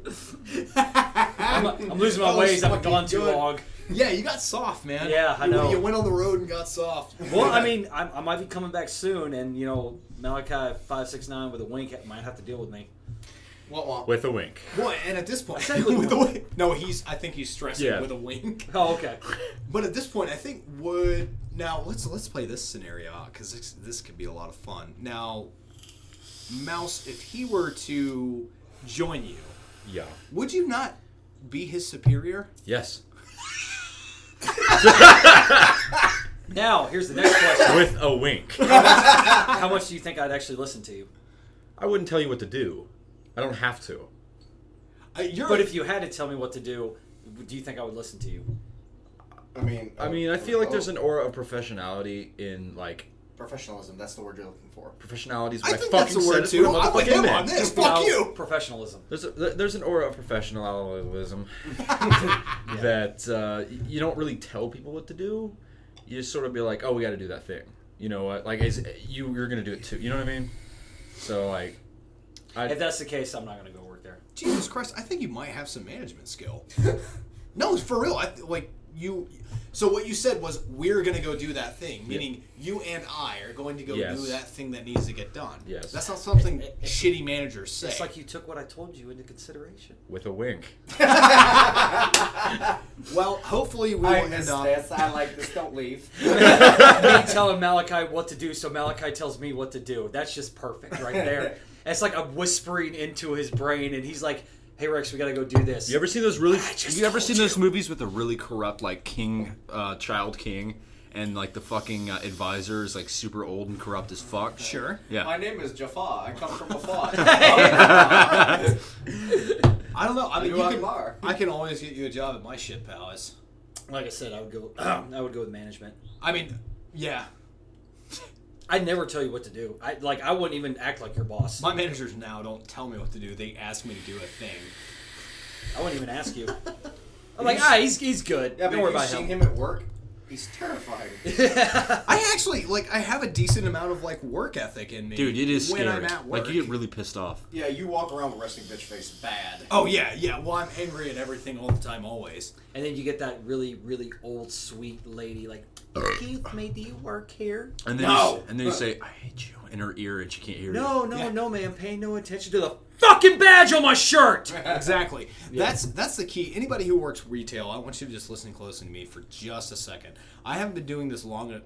Speaker 3: I'm, I'm losing
Speaker 1: That
Speaker 3: my
Speaker 1: was
Speaker 3: ways. I've
Speaker 1: fucking
Speaker 3: gone too
Speaker 1: good.
Speaker 3: long.
Speaker 1: Yeah, you got soft, man.
Speaker 3: Yeah, I
Speaker 1: You-
Speaker 3: know.
Speaker 1: You went on the road and got soft.
Speaker 3: Well, I mean, I, I might be coming back soon, and you know, Malachi five six nine with a wink might have to deal with me.
Speaker 5: Wah, wah.
Speaker 4: with a wink.
Speaker 1: Well, and at this point, [laughs]
Speaker 8: with a wink. No, he's. I think he's stressing
Speaker 4: Yeah.
Speaker 8: with a wink.
Speaker 3: Oh, okay.
Speaker 1: But at this point, I think would now let's let's play this scenario out because this, this could be a lot of fun. Now, Mouse, if he were to join you,
Speaker 4: Yeah.
Speaker 1: would you not be his superior?
Speaker 4: Yes.
Speaker 3: Now, here's the next question.
Speaker 4: With a wink.
Speaker 1: [laughs]
Speaker 3: How much do you think I'd actually listen to you?
Speaker 4: I wouldn't tell you what to do. I don't have to.
Speaker 1: Uh, you're
Speaker 3: But if you had to tell me what to do, do you think I would listen to you?
Speaker 5: I mean,
Speaker 4: I mean, I feel like there's an aura of professionality in like
Speaker 5: professionalism. That's the word you're looking for.
Speaker 4: professionality is
Speaker 1: I
Speaker 4: what I,
Speaker 1: think that's
Speaker 4: fucking
Speaker 1: the word
Speaker 4: said. It's
Speaker 1: too.
Speaker 4: what
Speaker 1: I'm with
Speaker 4: motherfucking
Speaker 1: him
Speaker 4: meant.
Speaker 1: on this. Fuck
Speaker 3: Now,
Speaker 1: you.
Speaker 3: Professionalism.
Speaker 4: There's a, there's an aura of professionalism that uh, y- you don't really tell people what to do. You just sort of be like, oh, we got to do that thing. You know what? Like, is, you you're gonna do it too. You know what I mean? So like, I,
Speaker 3: If that's the case, I'm not going to go work there.
Speaker 1: Jesus Christ, I think you might have some management skill. no, for real. I th- like you. So what you said was we're gonna go do that thing, meaning you and I are going to go
Speaker 4: Yes.
Speaker 1: do that thing that needs to get done.
Speaker 4: Yes.
Speaker 1: that's not something shitty managers say.
Speaker 3: It's like you took what I told you into consideration.
Speaker 4: with a wink.
Speaker 1: well, hopefully we will
Speaker 5: I
Speaker 1: end
Speaker 5: miss
Speaker 1: up.
Speaker 5: this. I like this. Don't
Speaker 1: [laughs]
Speaker 5: leave.
Speaker 3: me telling Malachi what to do, so Malachi tells me what to do. That's just perfect right there. It's like I'm whispering into his brain, and he's like, "Hey Rex, we gotta go do this."
Speaker 2: You ever seen those really?
Speaker 3: just
Speaker 2: You ever
Speaker 3: told
Speaker 2: seen those movies with the really corrupt like king, uh, child king, and like the fucking uh, advisor is like super old and corrupt as fuck?
Speaker 1: Sure.
Speaker 2: Yeah.
Speaker 5: My name is Jafar. I come
Speaker 1: [laughs]
Speaker 5: from afar.
Speaker 1: I don't know. I mean,
Speaker 5: You
Speaker 1: you
Speaker 5: are
Speaker 1: can,
Speaker 5: Lamar.
Speaker 1: I can always get you a job at my shit palace.
Speaker 3: like I said, I would go. [clears throat] I would go with management.
Speaker 1: I mean, yeah,
Speaker 3: I never tell you what to do. I like. I wouldn't even act like your boss.
Speaker 1: my managers now don't tell me what to do. They ask me to do a thing.
Speaker 3: I wouldn't even ask you. I'm like, ah, he's he's good.
Speaker 5: Yeah, but
Speaker 3: Don't worry
Speaker 5: have you
Speaker 3: about
Speaker 5: seen
Speaker 3: him.
Speaker 5: him at work? He's terrifying.
Speaker 1: I actually like. I have a decent amount of like work ethic in me,
Speaker 2: Dude, it is
Speaker 1: when I'm
Speaker 2: scary.
Speaker 1: at work.
Speaker 2: Like you get really pissed off.
Speaker 5: yeah, you walk around with resting bitch face bad.
Speaker 1: oh yeah, yeah. Well, I'm angry at everything all the time, always.
Speaker 3: And then you get that really really old sweet lady like, Keith, may do you work here?
Speaker 2: And then
Speaker 1: No!
Speaker 2: you, s- and then you say, "I hate you," in her ear, and she can't hear you.
Speaker 3: No, no,
Speaker 1: Yeah.
Speaker 3: no, man. Pay no attention to the fucking badge on my shirt.
Speaker 1: [laughs] exactly. That's that's the key. Anybody who works retail, I want you to just listen closely to me for just a second. I haven't been doing this long,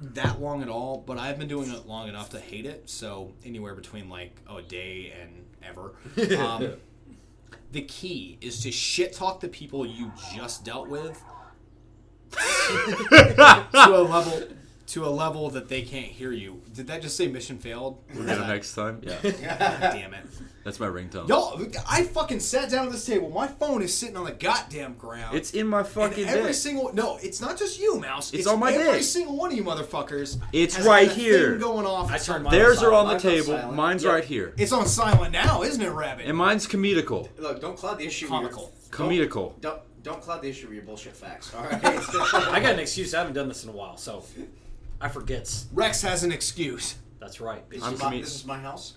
Speaker 1: that long at all, but I've been doing it long enough to hate it. So anywhere between like a day and
Speaker 2: [laughs]
Speaker 1: ever. Um, the key is to shit talk the people you just dealt with to a level to a level that they can't hear you. Did that just say mission failed?
Speaker 2: We're gonna next time.
Speaker 5: [laughs]
Speaker 2: Yeah,
Speaker 1: Damn it.
Speaker 2: that's my ringtone.
Speaker 1: Y'all, I fucking sat down at this table. My phone is sitting on the goddamn ground.
Speaker 2: It's in my
Speaker 1: And
Speaker 2: fucking
Speaker 1: every
Speaker 2: dick.
Speaker 1: single no, it's not just you, Mouse. It's,
Speaker 2: on my
Speaker 1: every
Speaker 2: dick.
Speaker 1: single one of you motherfuckers.
Speaker 2: It's
Speaker 1: has
Speaker 2: right
Speaker 1: a thing
Speaker 2: here.
Speaker 1: going off.
Speaker 3: I turned mine
Speaker 2: Theirs
Speaker 3: aside.
Speaker 2: are on the
Speaker 5: Mine's on
Speaker 2: table.
Speaker 5: silent.
Speaker 2: Mine's
Speaker 3: Yep.
Speaker 2: right here,
Speaker 1: It's on silent now, isn't it, Rabbit?
Speaker 2: and mine's comedical.
Speaker 5: Look, don't cloud the issue. with your-
Speaker 1: Comical.
Speaker 5: Don't,
Speaker 2: Comedical.
Speaker 5: don't don't cloud the issue with your bullshit facts. All right. [laughs]
Speaker 3: I got an excuse. I haven't done this in a while, so I forgets.
Speaker 1: Rex has an excuse.
Speaker 3: That's right.
Speaker 5: this,
Speaker 2: I'm
Speaker 5: is my,
Speaker 2: commu-
Speaker 5: this is my house.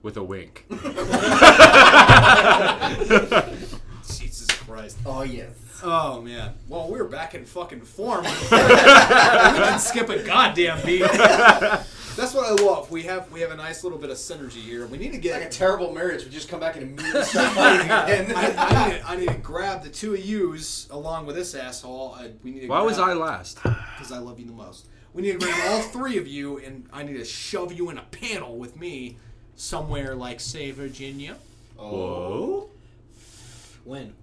Speaker 2: With a wink.
Speaker 1: Jesus Christ.
Speaker 5: Oh yes.
Speaker 1: Oh man. Well, we're back in fucking form. [laughs] we didn't skip a goddamn
Speaker 2: [laughs]
Speaker 1: beat. That's what I love. We have we have a nice little bit of synergy here. We need to
Speaker 5: Like a
Speaker 1: get
Speaker 5: terrible marriage. We just
Speaker 1: [laughs]
Speaker 5: come back and immediately start fighting again.
Speaker 1: I, I, need to, I need to grab the two of yous along with this asshole. I, we need to
Speaker 2: Why was I
Speaker 1: grab,
Speaker 5: [laughs]
Speaker 2: last?
Speaker 1: Because I love you the most. We need to grab all three of you, and I need to shove you in a panel with me somewhere like, say, Virginia.
Speaker 5: Oh.
Speaker 2: Whoa.
Speaker 3: When?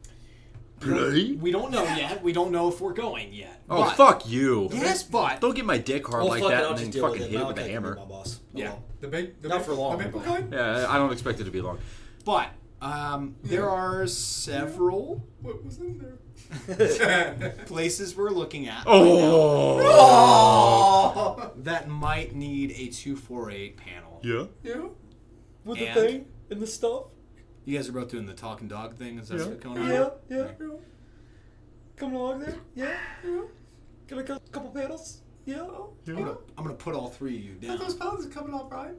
Speaker 2: Bloody?
Speaker 1: We don't know yet. We don't know if we're going yet.
Speaker 2: Oh
Speaker 1: But-
Speaker 2: fuck you!
Speaker 1: Yes, but
Speaker 2: Don't get my dick hard
Speaker 3: Oh
Speaker 2: like
Speaker 3: fuck
Speaker 2: that
Speaker 3: it, I'll
Speaker 2: and then
Speaker 3: just deal
Speaker 2: fucking
Speaker 3: with it.
Speaker 2: hit it
Speaker 3: Malachi
Speaker 2: with a
Speaker 3: can be
Speaker 2: hammer.
Speaker 3: My boss.
Speaker 1: yeah, the big, the
Speaker 3: Not
Speaker 1: big-
Speaker 3: for long.
Speaker 1: the big kind.
Speaker 2: Yeah, I don't expect it to be long.
Speaker 1: But um, there are several. What was in
Speaker 5: [laughs]
Speaker 1: there? [laughs] places we're looking at.
Speaker 2: Oh.
Speaker 1: that might need a 248 panel.
Speaker 2: Yeah.
Speaker 3: With
Speaker 1: the And- thing
Speaker 3: and the stuff.
Speaker 1: You guys are both doing the talking dog thing? Is that what's going on?
Speaker 3: yeah. Coming along there. Yeah. yeah. Got a couple panels. Yeah.
Speaker 1: I'm gonna, I'm gonna put all three of you down.
Speaker 5: pounds are coming off, right?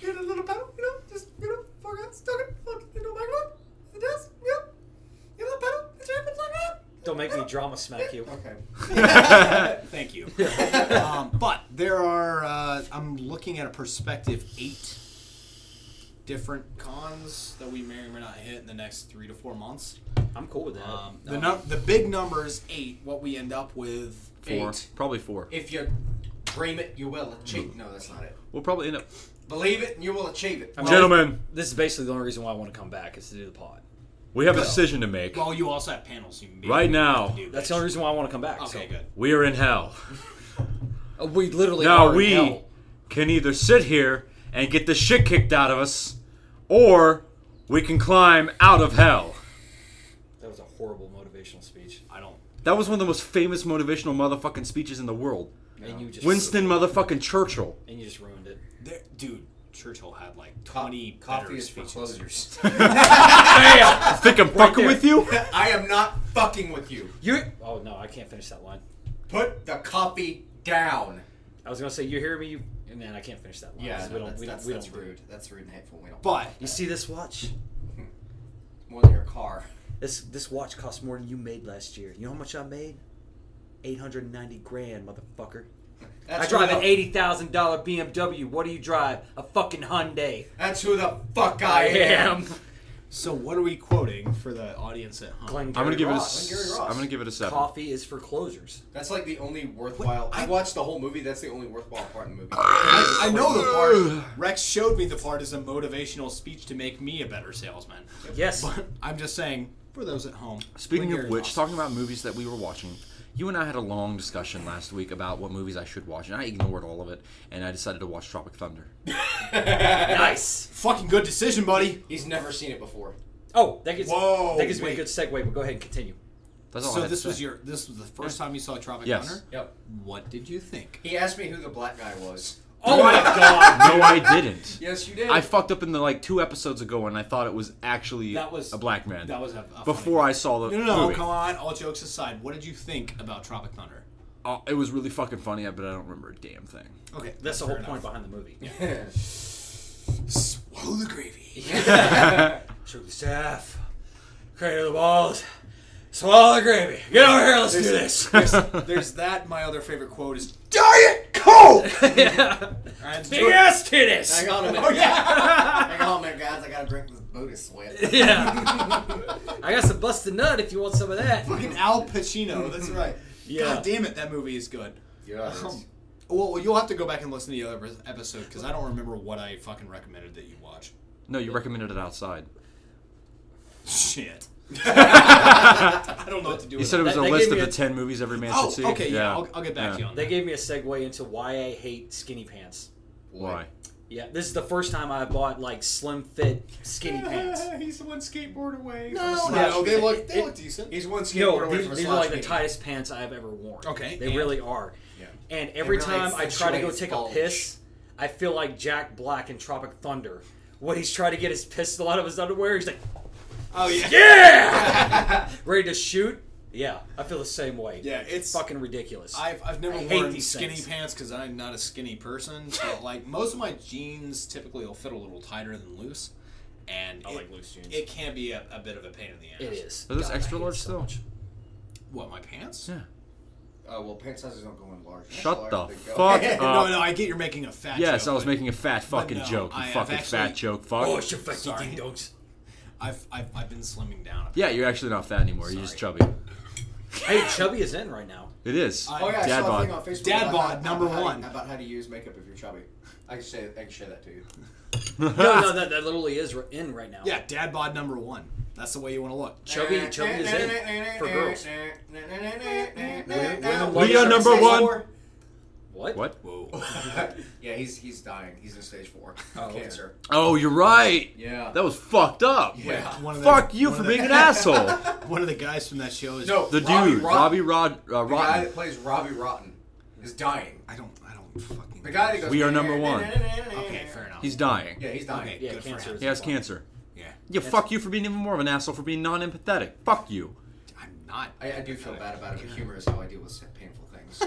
Speaker 5: Get a little pedal, you know, just you know, forget, stuck it, look, you know, back up, it does, yep. Get a little pedal, it's happened like that.
Speaker 3: Don't make me drama smack you.
Speaker 5: Okay.
Speaker 1: Thank
Speaker 3: [laughs]
Speaker 1: you. um, but there are. Uh, I'm looking at a perspective eight different cons that we may or may not hit in the next three to four months.
Speaker 3: I'm cool with that.
Speaker 1: Um, the num- the big number is eight. What we end up with
Speaker 2: Four,
Speaker 1: eight.
Speaker 2: probably four.
Speaker 5: If you dream it, you will achieve. No, that's not it.
Speaker 2: We'll probably end up,
Speaker 5: Believe it, and you will achieve it.
Speaker 2: gentlemen.
Speaker 3: this is basically the only reason why I want to come back is to do the pod.
Speaker 2: We have a decision to make.
Speaker 1: Well, you also have panels. You can be
Speaker 2: Right
Speaker 1: you have
Speaker 2: now.
Speaker 1: to do,
Speaker 3: That's
Speaker 1: bitch.
Speaker 3: the only reason why I want to come back.
Speaker 1: Okay, good.
Speaker 2: We are
Speaker 5: [laughs]
Speaker 2: in hell.
Speaker 3: so. Uh, We literally are
Speaker 2: Now
Speaker 3: in
Speaker 2: we
Speaker 3: hell.
Speaker 2: can either sit here and get the shit kicked out of us, or we can climb out of hell.
Speaker 3: That was a horrible motivational speech.
Speaker 1: I don't.
Speaker 2: That was one of the most famous motivational motherfucking speeches in the world.
Speaker 3: And you just
Speaker 2: Winston motherfucking Churchill.
Speaker 3: and you just ruined [laughs] it.
Speaker 1: There, dude, Churchill had like
Speaker 5: Co-
Speaker 1: twenty
Speaker 5: coffee
Speaker 1: better
Speaker 5: is for
Speaker 1: speeches.
Speaker 5: closers.
Speaker 2: I think I'm fucking
Speaker 5: [laughs]
Speaker 2: with you.
Speaker 5: I am not fucking with you.
Speaker 3: [laughs] You. Oh no, I can't finish that line.
Speaker 5: Put the coffee down.
Speaker 3: I was gonna say you hear me, you, and then I can't finish that line. 'cause
Speaker 5: Yeah,
Speaker 3: we don't.
Speaker 5: that's,
Speaker 3: we
Speaker 5: that's,
Speaker 3: don't. We
Speaker 5: that's
Speaker 3: don't. do
Speaker 5: rude. That's rude and hateful. We don't.
Speaker 1: But
Speaker 3: it. You see this watch?
Speaker 5: more than your car.
Speaker 3: This this watch costs more than you made last year. You know how much I made? Eight hundred ninety grand, motherfucker.
Speaker 5: That's
Speaker 3: I drive
Speaker 5: who
Speaker 3: an
Speaker 5: the-
Speaker 3: eighty thousand dollar BMW. What do you drive? A fucking Hyundai.
Speaker 5: That's who the fuck I am.
Speaker 1: so what are we quoting for the audience at home?
Speaker 3: Glenn
Speaker 2: I'm gonna give it a.
Speaker 5: Ross,
Speaker 2: s-
Speaker 5: Gary Ross.
Speaker 2: I'm gonna give it a seven.
Speaker 3: Coffee is for closers.
Speaker 5: That's like the only worthwhile. I watched the whole movie. That's the only worthwhile part in the movie.
Speaker 1: I, I know the [sighs] part. Rex showed me the part as a motivational speech to make me a better salesman. [laughs]
Speaker 3: Yes.
Speaker 1: But I'm just saying, for those at home.
Speaker 2: Speaking
Speaker 1: when
Speaker 2: of
Speaker 1: you're
Speaker 2: which,
Speaker 1: lost-
Speaker 2: talking about movies that we were watching, you and I had a long discussion last week about what movies I should watch, and I ignored all of it, and I decided to watch Tropic Thunder.
Speaker 3: nice.
Speaker 1: fucking good decision, buddy.
Speaker 5: He's never seen it before.
Speaker 3: Oh, that gives
Speaker 1: Whoa,
Speaker 3: that gives me a
Speaker 1: wait.
Speaker 3: good segue. But go ahead and continue.
Speaker 2: Oh, That's all I
Speaker 1: So
Speaker 2: had to
Speaker 1: this was
Speaker 2: say.
Speaker 1: your this was the first time you saw Tropic
Speaker 2: Yes.
Speaker 1: Thunder.
Speaker 5: Yep.
Speaker 1: What did you think?
Speaker 5: He asked me who the black guy was.
Speaker 1: [laughs]
Speaker 3: Oh
Speaker 2: [laughs]
Speaker 3: my god.
Speaker 2: No, I didn't.
Speaker 5: Yes, you did.
Speaker 2: I fucked up in the like two episodes ago, and I thought it was actually
Speaker 1: That was-
Speaker 2: a black man.
Speaker 1: that was a- a funny
Speaker 2: before
Speaker 1: one.
Speaker 2: I saw the
Speaker 1: No, no, no.
Speaker 2: movie.
Speaker 1: Come on. All jokes aside, what did you think about Tropic Thunder?
Speaker 2: Uh, it was really fucking funny, but I don't remember a damn thing.
Speaker 1: Okay,
Speaker 3: That's the whole
Speaker 1: fair
Speaker 3: point
Speaker 1: enough.
Speaker 3: behind the movie.
Speaker 1: Swallow the
Speaker 3: [laughs]
Speaker 1: gravy.
Speaker 3: Shoot the staff, cradle the balls, swallow the gravy. Get over here, let's do [laughs] this.
Speaker 1: There's that. My other favorite quote is
Speaker 5: Diet Coke.
Speaker 1: and
Speaker 3: Big ass titties.
Speaker 5: Hang on a minute. Oh yeah. Hang
Speaker 4: Oh
Speaker 5: on a minute, guys. I gotta drink this booty sweat.
Speaker 3: [laughs] Yeah. I got some busted nut if you want some of that.
Speaker 1: fucking Al Pacino. That's right.
Speaker 3: Yeah.
Speaker 1: God damn it, that movie is good.
Speaker 5: Yeah.
Speaker 1: Um, well, you'll have to go back and listen to the other episode because I don't remember what I fucking recommended that you watch.
Speaker 2: No, you recommended it outside.
Speaker 1: Shit. I don't know what to do.
Speaker 2: You
Speaker 1: With
Speaker 2: said it
Speaker 1: that.
Speaker 2: was
Speaker 3: That-
Speaker 2: a
Speaker 3: that
Speaker 2: list
Speaker 3: gave
Speaker 2: of
Speaker 3: me
Speaker 2: the
Speaker 3: a-
Speaker 2: ten movies every man
Speaker 1: Oh,
Speaker 2: should see.
Speaker 1: okay, yeah, I'll, I'll get back
Speaker 2: Yeah.
Speaker 1: to you on
Speaker 3: That
Speaker 1: that.
Speaker 3: gave me a segue into why I hate skinny pants.
Speaker 2: Why?
Speaker 3: Yeah, this is the first time I've bought like slim fit skinny pants.
Speaker 1: He's one skateboard away.
Speaker 5: No,
Speaker 1: from
Speaker 5: no,
Speaker 1: slouch.
Speaker 5: they look- they
Speaker 1: It-
Speaker 5: look
Speaker 1: decent.
Speaker 5: He's one skateboard
Speaker 3: No,
Speaker 5: away
Speaker 3: these,
Speaker 5: from a
Speaker 3: these are
Speaker 5: slouch
Speaker 3: like the
Speaker 5: meeting.
Speaker 3: tightest pants I've ever worn.
Speaker 1: Okay,
Speaker 3: They
Speaker 1: and-
Speaker 3: really are.
Speaker 5: Yeah.
Speaker 3: And every
Speaker 5: really
Speaker 3: time I try to go
Speaker 5: accentuates
Speaker 3: take
Speaker 5: bulge.
Speaker 3: a piss, I feel like Jack Black in Tropic Thunder. When he's trying to get his pistol out of his underwear, he's like,
Speaker 1: Oh yeah.
Speaker 3: Yeah!
Speaker 1: [laughs]
Speaker 3: Ready to shoot? Yeah, I feel the same way.
Speaker 1: Yeah, it's-
Speaker 3: fucking ridiculous.
Speaker 1: I've, I've never
Speaker 3: I hate
Speaker 1: worn
Speaker 3: these
Speaker 1: skinny
Speaker 3: things.
Speaker 1: pants because I'm not a skinny person.
Speaker 2: [laughs]
Speaker 1: But like most of my jeans typically will fit a little tighter than loose, and I
Speaker 3: like loose jeans.
Speaker 1: It can be a, a bit of a pain in the ass.
Speaker 3: It is.
Speaker 2: Are those
Speaker 3: God, I
Speaker 2: extra
Speaker 3: hate it
Speaker 2: large
Speaker 3: so
Speaker 2: still?
Speaker 3: much.
Speaker 1: What my pants?
Speaker 2: Yeah.
Speaker 5: Uh, well, pant sizes don't go in large.
Speaker 2: Shut
Speaker 5: Large,
Speaker 2: the
Speaker 5: they go-
Speaker 2: fuck
Speaker 1: [laughs]
Speaker 2: up.
Speaker 1: no, no, I get you're making a fat.
Speaker 2: yes,
Speaker 1: joke,
Speaker 2: I was
Speaker 1: but
Speaker 2: making a fat fucking
Speaker 1: no,
Speaker 2: joke. You
Speaker 1: I- I've
Speaker 2: fucking fat
Speaker 1: actually-
Speaker 2: joke. Fuck.
Speaker 3: Oh, it's your fucking
Speaker 1: Sorry.
Speaker 3: ding
Speaker 1: [laughs]
Speaker 3: dongs.
Speaker 1: I've, I've I've been slimming down. A bit.
Speaker 2: yeah, you're actually not fat anymore. You're just chubby.
Speaker 3: Hey, Chubby is in
Speaker 2: [laughs]
Speaker 3: right now.
Speaker 2: It is.
Speaker 1: I-
Speaker 5: Oh yeah, I
Speaker 2: Dad
Speaker 5: saw a thing
Speaker 2: bod.
Speaker 5: on Facebook.
Speaker 1: Dad
Speaker 5: about
Speaker 1: bod,
Speaker 5: how-
Speaker 1: number
Speaker 5: about how to-
Speaker 1: one.
Speaker 5: about how to use makeup if you're chubby. I can say I can share that to you.
Speaker 3: No, no, that, that literally is ri- in right now.
Speaker 1: Yeah, dad bod number one. That's the way you want to look.
Speaker 3: Chubby, Chubby
Speaker 1: [laughs]
Speaker 3: is in for
Speaker 5: [laughs]
Speaker 3: girls.
Speaker 2: We are number
Speaker 5: Stage
Speaker 2: one.
Speaker 5: four.
Speaker 3: What?
Speaker 2: What?
Speaker 1: Whoa.
Speaker 5: [coughs] yeah, he's he's dying. He's in stage four.
Speaker 3: Oh, okay.
Speaker 5: Cancer.
Speaker 2: Oh, you're right.
Speaker 5: Yeah.
Speaker 2: That was fucked up.
Speaker 5: yeah.
Speaker 1: One of the-
Speaker 2: Fuck you
Speaker 1: one
Speaker 2: for
Speaker 1: of [laughs]
Speaker 2: being
Speaker 1: the,
Speaker 2: an asshole.
Speaker 1: One of the guys from that show is.
Speaker 5: No,
Speaker 2: The
Speaker 5: Robbie
Speaker 2: dude,
Speaker 5: Rotten,
Speaker 2: Robbie Rod, uh,
Speaker 5: the guy
Speaker 2: Rotten.
Speaker 5: that plays Robbie Rotten, is dying.
Speaker 1: I don't. I don't fucking.
Speaker 5: The guy that goes.
Speaker 2: We are
Speaker 5: [laughs]
Speaker 2: number one.
Speaker 1: Okay, fair enough.
Speaker 2: He's dying.
Speaker 5: Yeah, he's dying.
Speaker 1: Okay,
Speaker 3: Yeah,
Speaker 1: good
Speaker 3: cancer
Speaker 1: for
Speaker 3: is
Speaker 1: him.
Speaker 2: He has
Speaker 3: That's why.
Speaker 2: cancer.
Speaker 1: Yeah.
Speaker 2: Yeah, fuck you for being even more of an asshole for being non-empathetic. Fuck you.
Speaker 1: I'm not. [laughs]
Speaker 5: I, I do feel bad about it, but humor is how I deal with painful things.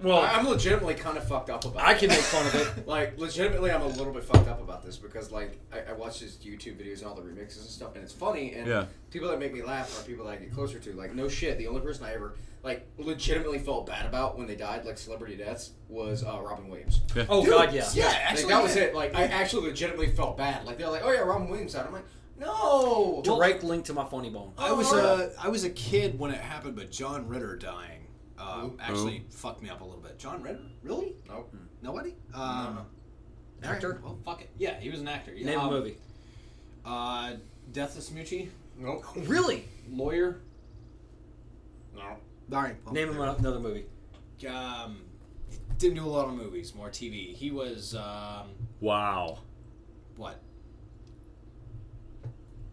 Speaker 3: Well,
Speaker 5: I- I'm legitimately kind of fucked up about.
Speaker 3: I
Speaker 5: it.
Speaker 3: can make fun of it.
Speaker 5: Like, legitimately, I'm a little bit fucked up about this because, like, I, I watch these YouTube videos and all the remixes and stuff, and it's funny. And
Speaker 9: Yeah.
Speaker 5: people that make me laugh are people that I get closer to. Like, no shit, the only person I ever like legitimately felt bad about when they died, like celebrity deaths, was uh, Robin Williams.
Speaker 3: Oh
Speaker 1: Dude,
Speaker 3: God, yeah.
Speaker 1: Yeah,
Speaker 5: Like,
Speaker 1: actually,
Speaker 5: that was
Speaker 1: yeah.
Speaker 5: it. Like, I actually legitimately felt bad. Like, they're like, "Oh yeah, Robin Williams died." I'm like, "No."
Speaker 3: Direct link to my funny bone.
Speaker 1: I was uh,
Speaker 5: Oh,
Speaker 1: a I was a kid when it happened, but John Ritter dying um, actually fucked me up a little bit. John Ritter, really?
Speaker 5: Nope.
Speaker 3: Hmm.
Speaker 1: Nobody? Um, all right,
Speaker 3: Actor?
Speaker 1: Well, fuck it. Yeah, he was an actor. Yeah,
Speaker 3: Name
Speaker 1: um,
Speaker 3: a movie.
Speaker 1: Uh, Death of Smucci,
Speaker 5: Nope.
Speaker 3: Really?
Speaker 1: lawyer.
Speaker 5: No.
Speaker 1: All right. well,
Speaker 3: Name him another movie.
Speaker 1: Um, didn't do a lot of movies, more TV. He was um,
Speaker 2: Wow.
Speaker 1: what?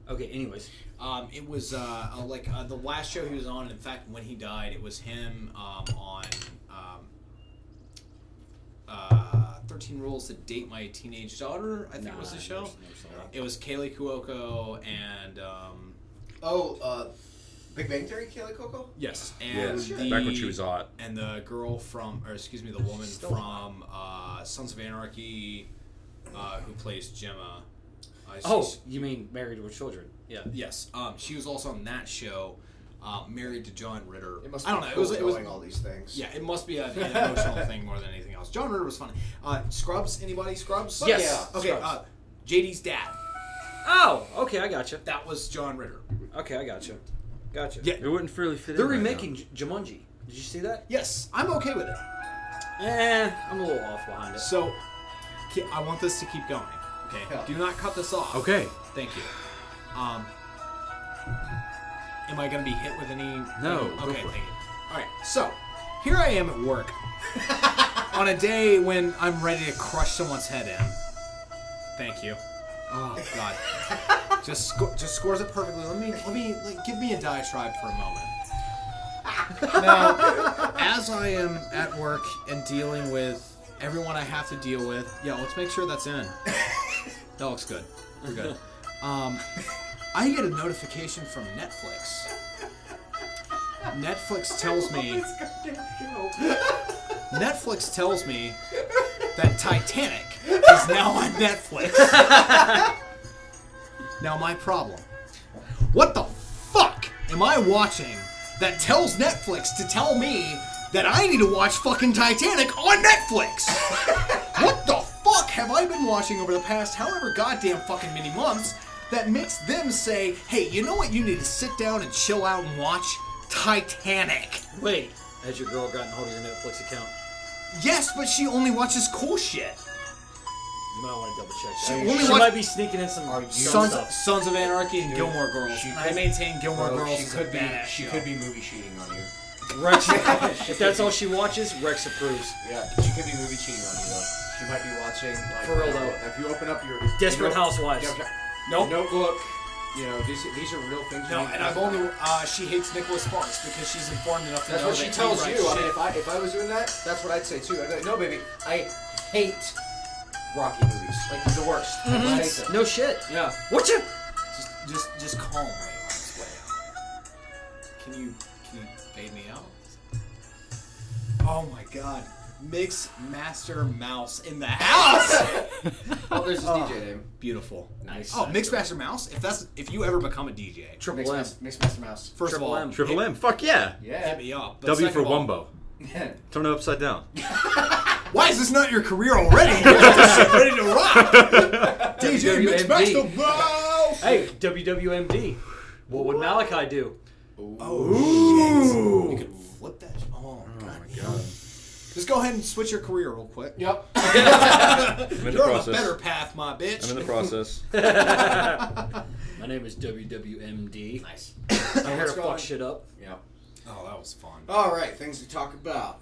Speaker 3: Okay. Anyways,
Speaker 1: Um, it was uh, uh, like uh, the last show he was on. In fact, when he died, it was him um, on um, uh, Thirteen Rules to Date My Teenage Daughter. I think was the
Speaker 3: Nah,
Speaker 1: show.
Speaker 3: never- never saw that.
Speaker 1: It was Kaylee Cuoco and um,
Speaker 5: Oh, uh, Big Bang Theory, Kaylee Coco.
Speaker 1: yes,
Speaker 2: Yeah.
Speaker 1: and the,
Speaker 2: Back when she was hot.
Speaker 1: and the girl from, or excuse me, the woman from uh, Sons of Anarchy, uh, who plays Gemma. Uh,
Speaker 3: Oh,
Speaker 1: she's-
Speaker 3: you mean Married with Children? Yeah.
Speaker 1: yes. Um, she was also on that show, uh, married to John Ritter.
Speaker 5: It must.
Speaker 1: I don't
Speaker 5: be
Speaker 1: know. It
Speaker 5: cool
Speaker 1: was, it was
Speaker 5: knowing all these things.
Speaker 1: yeah. It must be a, an emotional thing more than anything else. John Ritter was funny. Uh, Scrubs. Anybody Scrubs?
Speaker 3: Yes.
Speaker 5: yeah.
Speaker 1: Okay.
Speaker 3: Scrubs.
Speaker 1: Uh, JD's dad.
Speaker 3: Oh, okay. I gotcha.
Speaker 1: That was John Ritter.
Speaker 3: Okay, I gotcha. Gotcha.
Speaker 1: Yeah.
Speaker 2: It wouldn't really fit
Speaker 3: They're
Speaker 2: in. right now.
Speaker 3: remaking J- Jumanji. Did you see that?
Speaker 1: Yes, I'm okay with it.
Speaker 3: Eh, I'm a little off behind it.
Speaker 1: So, ki- I want this to keep going. Okay.
Speaker 5: Yeah.
Speaker 1: Do not cut this off.
Speaker 2: Okay.
Speaker 1: Thank you. Um, am I going to be hit with any?
Speaker 2: No, go
Speaker 1: Okay.
Speaker 2: for it.
Speaker 1: Thank you. All right. So here I am at
Speaker 2: [laughs]
Speaker 1: work on a day when I'm ready to crush someone's head in. Thank you.
Speaker 2: [laughs]
Speaker 1: Oh God. just sco- just scores it perfectly. Let me let me like, give me a diatribe for a moment. Now, as I am at work and dealing with everyone I have to deal with, yeah, let's make sure that's in. That looks good. We're good. Um, I get a notification from Netflix. Netflix tells me. Netflix tells me that Titanic is now on Netflix. now my problem. What the fuck am I watching that tells Netflix to tell me that I need to watch fucking Titanic on [laughs] Netflix? what the fuck have I been watching over the past however goddamn fucking many months that makes them say, hey, you know what you need to sit down and chill out and watch? Titanic.
Speaker 3: Wait, has your girl gotten hold of your Netflix account?
Speaker 1: Yes, but she only watches cool shit.
Speaker 3: You might want to double check
Speaker 1: She
Speaker 3: that.
Speaker 1: only
Speaker 3: She
Speaker 1: wa-
Speaker 3: might be sneaking in some some
Speaker 1: Sons,
Speaker 3: stuff.
Speaker 1: Sons of Anarchy and Gilmore Girls. I maintain Gilmore Girls
Speaker 5: she
Speaker 1: is
Speaker 5: could
Speaker 1: a
Speaker 5: be.
Speaker 1: badass
Speaker 5: She
Speaker 1: show.
Speaker 5: could be movie cheating on you.
Speaker 3: [laughs] Rex, if that's all she watches, Rex approves.
Speaker 5: Yeah, she could be movie cheating on you though. She might be watching. Like,
Speaker 3: For real,
Speaker 5: you know,
Speaker 3: though.
Speaker 5: If you open up your
Speaker 3: Desperate
Speaker 5: you know-
Speaker 3: Housewives.
Speaker 5: Yeah,
Speaker 3: Nope.
Speaker 5: Notebook. You know these these are real things.
Speaker 1: No,
Speaker 5: you need
Speaker 1: and
Speaker 5: to
Speaker 1: I've
Speaker 5: know.
Speaker 1: only uh, she hates Nicholas Sparks because she's informed enough to
Speaker 5: That's
Speaker 1: know
Speaker 5: what
Speaker 1: that
Speaker 5: she
Speaker 1: he
Speaker 5: tells
Speaker 1: writes
Speaker 5: you. I
Speaker 1: shit.
Speaker 5: mean, if I if I was doing that, that's what I'd say too. I'd be like, no, baby, I hate Rocky movies. Like they're the worst.
Speaker 1: Mm-hmm.
Speaker 5: I hate them.
Speaker 3: No shit.
Speaker 5: Yeah.
Speaker 3: What you?
Speaker 1: just, just, just calm me on this way out. Can you, can you fade me out? Oh my God, Mix Master Mouse in the
Speaker 2: [laughs]
Speaker 1: house.
Speaker 5: Oh, there's this DJ name.
Speaker 1: Beautiful.
Speaker 5: Nice.
Speaker 1: Oh, Mix Master Mouse. If that's if you ever become a DJ,
Speaker 5: Mix,
Speaker 3: Triple M.
Speaker 5: Mas- Mix Master Mouse.
Speaker 1: first
Speaker 3: Triple
Speaker 1: of all,
Speaker 3: M.
Speaker 2: Triple M. Fuck yeah.
Speaker 1: hit
Speaker 5: Yeah.
Speaker 1: me up. But
Speaker 2: W
Speaker 1: second
Speaker 2: for
Speaker 1: of all,
Speaker 2: Wumbo. Turn it upside down.
Speaker 1: Why is this not your career already? [laughs] You're just ready to rock.
Speaker 2: [laughs]
Speaker 1: DJ Mix Master
Speaker 3: WWMD.
Speaker 1: Mouse.
Speaker 3: Hey, WWMD. What would Malachi do?
Speaker 1: Oh, shit. You can flip that. sh- Oh, God.
Speaker 2: God.
Speaker 1: Just go ahead and switch your career real quick.
Speaker 5: Yep.
Speaker 2: I'm in the
Speaker 1: You're on a
Speaker 2: process.
Speaker 1: better path, my
Speaker 2: I'm in
Speaker 1: bitch.
Speaker 2: the process.
Speaker 3: My name is WWMD.
Speaker 5: nice.
Speaker 3: I'm here to
Speaker 5: Let's go on.
Speaker 3: fuck shit up.
Speaker 5: Yeah.
Speaker 1: Oh, that was fun.
Speaker 5: All right, things to talk about.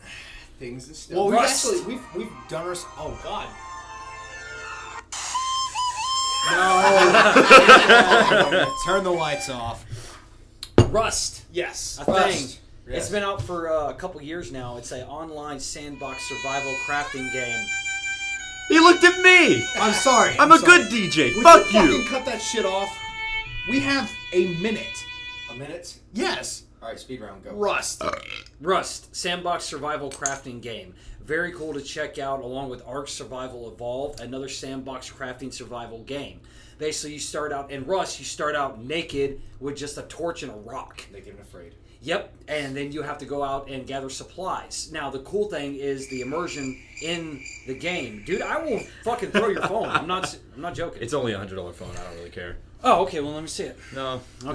Speaker 5: Things and stuff.
Speaker 4: Oh,
Speaker 1: Well, we
Speaker 3: Rust.
Speaker 1: actually we've we've done our. s- Oh God. No. [laughs] Turn the lights off.
Speaker 3: Rust.
Speaker 1: Yes.
Speaker 3: A
Speaker 5: Rust.
Speaker 3: thing.
Speaker 5: Yes.
Speaker 3: It's been out for uh, a couple years now. It's a online sandbox survival crafting game.
Speaker 2: He looked at me.
Speaker 1: I'm sorry.
Speaker 2: I'm a
Speaker 1: sorry.
Speaker 2: good DJ.
Speaker 1: Would
Speaker 2: Fuck
Speaker 1: you. Fucking
Speaker 2: you.
Speaker 1: cut that shit off. We have a minute.
Speaker 5: a minute.
Speaker 1: Yes.
Speaker 4: All right, speed round, go.
Speaker 1: Rust.
Speaker 3: Rust, sandbox survival crafting game. Very cool to check out, along with Ark Survival Evolved, another sandbox crafting survival game. Basically, you start out in Rust, you start out naked with just a torch and a rock.
Speaker 4: Naked and Afraid.
Speaker 3: Yep, and then you have to go out and gather supplies. Now, the cool thing is the immersion in the game. Dude, I will fucking throw your phone. I'm not, I'm not joking.
Speaker 2: It's only a hundred dollar phone. I don't really care.
Speaker 3: oh, okay, well, let me see it.
Speaker 2: No,
Speaker 1: [laughs]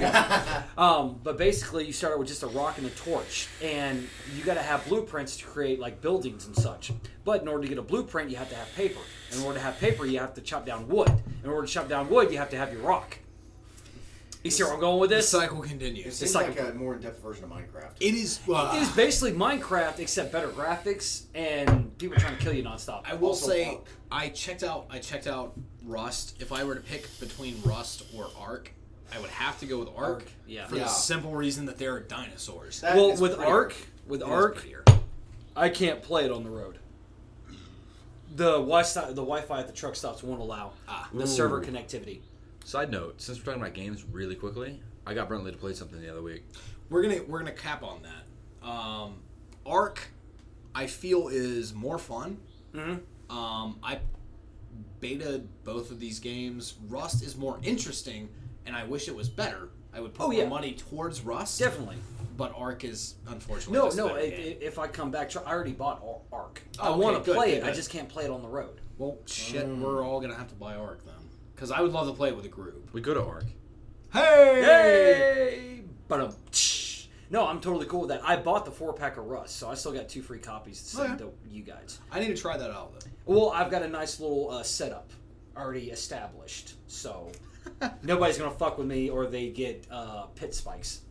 Speaker 3: Um, but basically, you start out with just a rock and a torch, and you got to have blueprints to create like buildings and such. But in order to get a blueprint, you have to have paper. In order to have paper, you have to chop down wood. In order to chop down wood, you have to have your rock. You see where I'm going with
Speaker 1: The
Speaker 3: this?
Speaker 1: cycle
Speaker 4: It
Speaker 1: continues.
Speaker 4: seems
Speaker 3: like
Speaker 4: like a more in-depth version of Minecraft.
Speaker 1: It is. Uh,
Speaker 3: It is basically Minecraft, except better graphics and people trying to kill you nonstop.
Speaker 1: I will
Speaker 4: also
Speaker 1: say
Speaker 4: Ark.
Speaker 1: I checked out I checked out Rust. If I were to pick between Rust or Ark, I would have to go with Ark.
Speaker 3: Ark, yeah.
Speaker 1: For
Speaker 4: Yeah.
Speaker 1: the simple reason that there are dinosaurs.
Speaker 4: That
Speaker 3: well,
Speaker 4: is
Speaker 3: with
Speaker 4: prettier.
Speaker 3: Ark, with
Speaker 1: It is
Speaker 3: Ark,
Speaker 1: prettier.
Speaker 3: I can't play it on the road. The Wi-Fi, the Wi-Fi at the truck stops won't allow
Speaker 1: Ah.
Speaker 3: the server connectivity.
Speaker 2: Side note, since we're talking about games really quickly, I got Brentley to play something the other week.
Speaker 1: We're gonna we're gonna cap on that. Um, Ark, I feel is more fun.
Speaker 3: Mm-hmm.
Speaker 1: Um, I beta both of these games. Rust is more interesting, and I wish it was better. I would put
Speaker 3: Oh,
Speaker 1: more
Speaker 3: yeah.
Speaker 1: money towards Rust,
Speaker 3: Definitely.
Speaker 1: But Ark is unfortunately
Speaker 3: No,
Speaker 1: just a
Speaker 3: no.
Speaker 1: better
Speaker 3: It,
Speaker 1: game.
Speaker 3: it, if I come back, tr- I already bought Ar- Ark.
Speaker 1: Oh,
Speaker 3: I
Speaker 1: okay,
Speaker 3: want to
Speaker 1: good,
Speaker 3: play
Speaker 1: good,
Speaker 3: it. I
Speaker 1: good.
Speaker 3: just can't play it on the road.
Speaker 1: Well, shit, we're all gonna have to buy Ark then, because I would love to play it with a group.
Speaker 2: We go to Ark.
Speaker 1: Hey!
Speaker 3: Hey, but um, no, I'm totally cool with that. I bought the four pack of Rust, so I still got two free copies to send
Speaker 1: Okay.
Speaker 3: to you guys.
Speaker 1: I need to try that out though.
Speaker 3: Well, I've got a nice little uh, setup already established,
Speaker 1: [laughs]
Speaker 3: so nobody's gonna fuck with me, or they get uh, pit spikes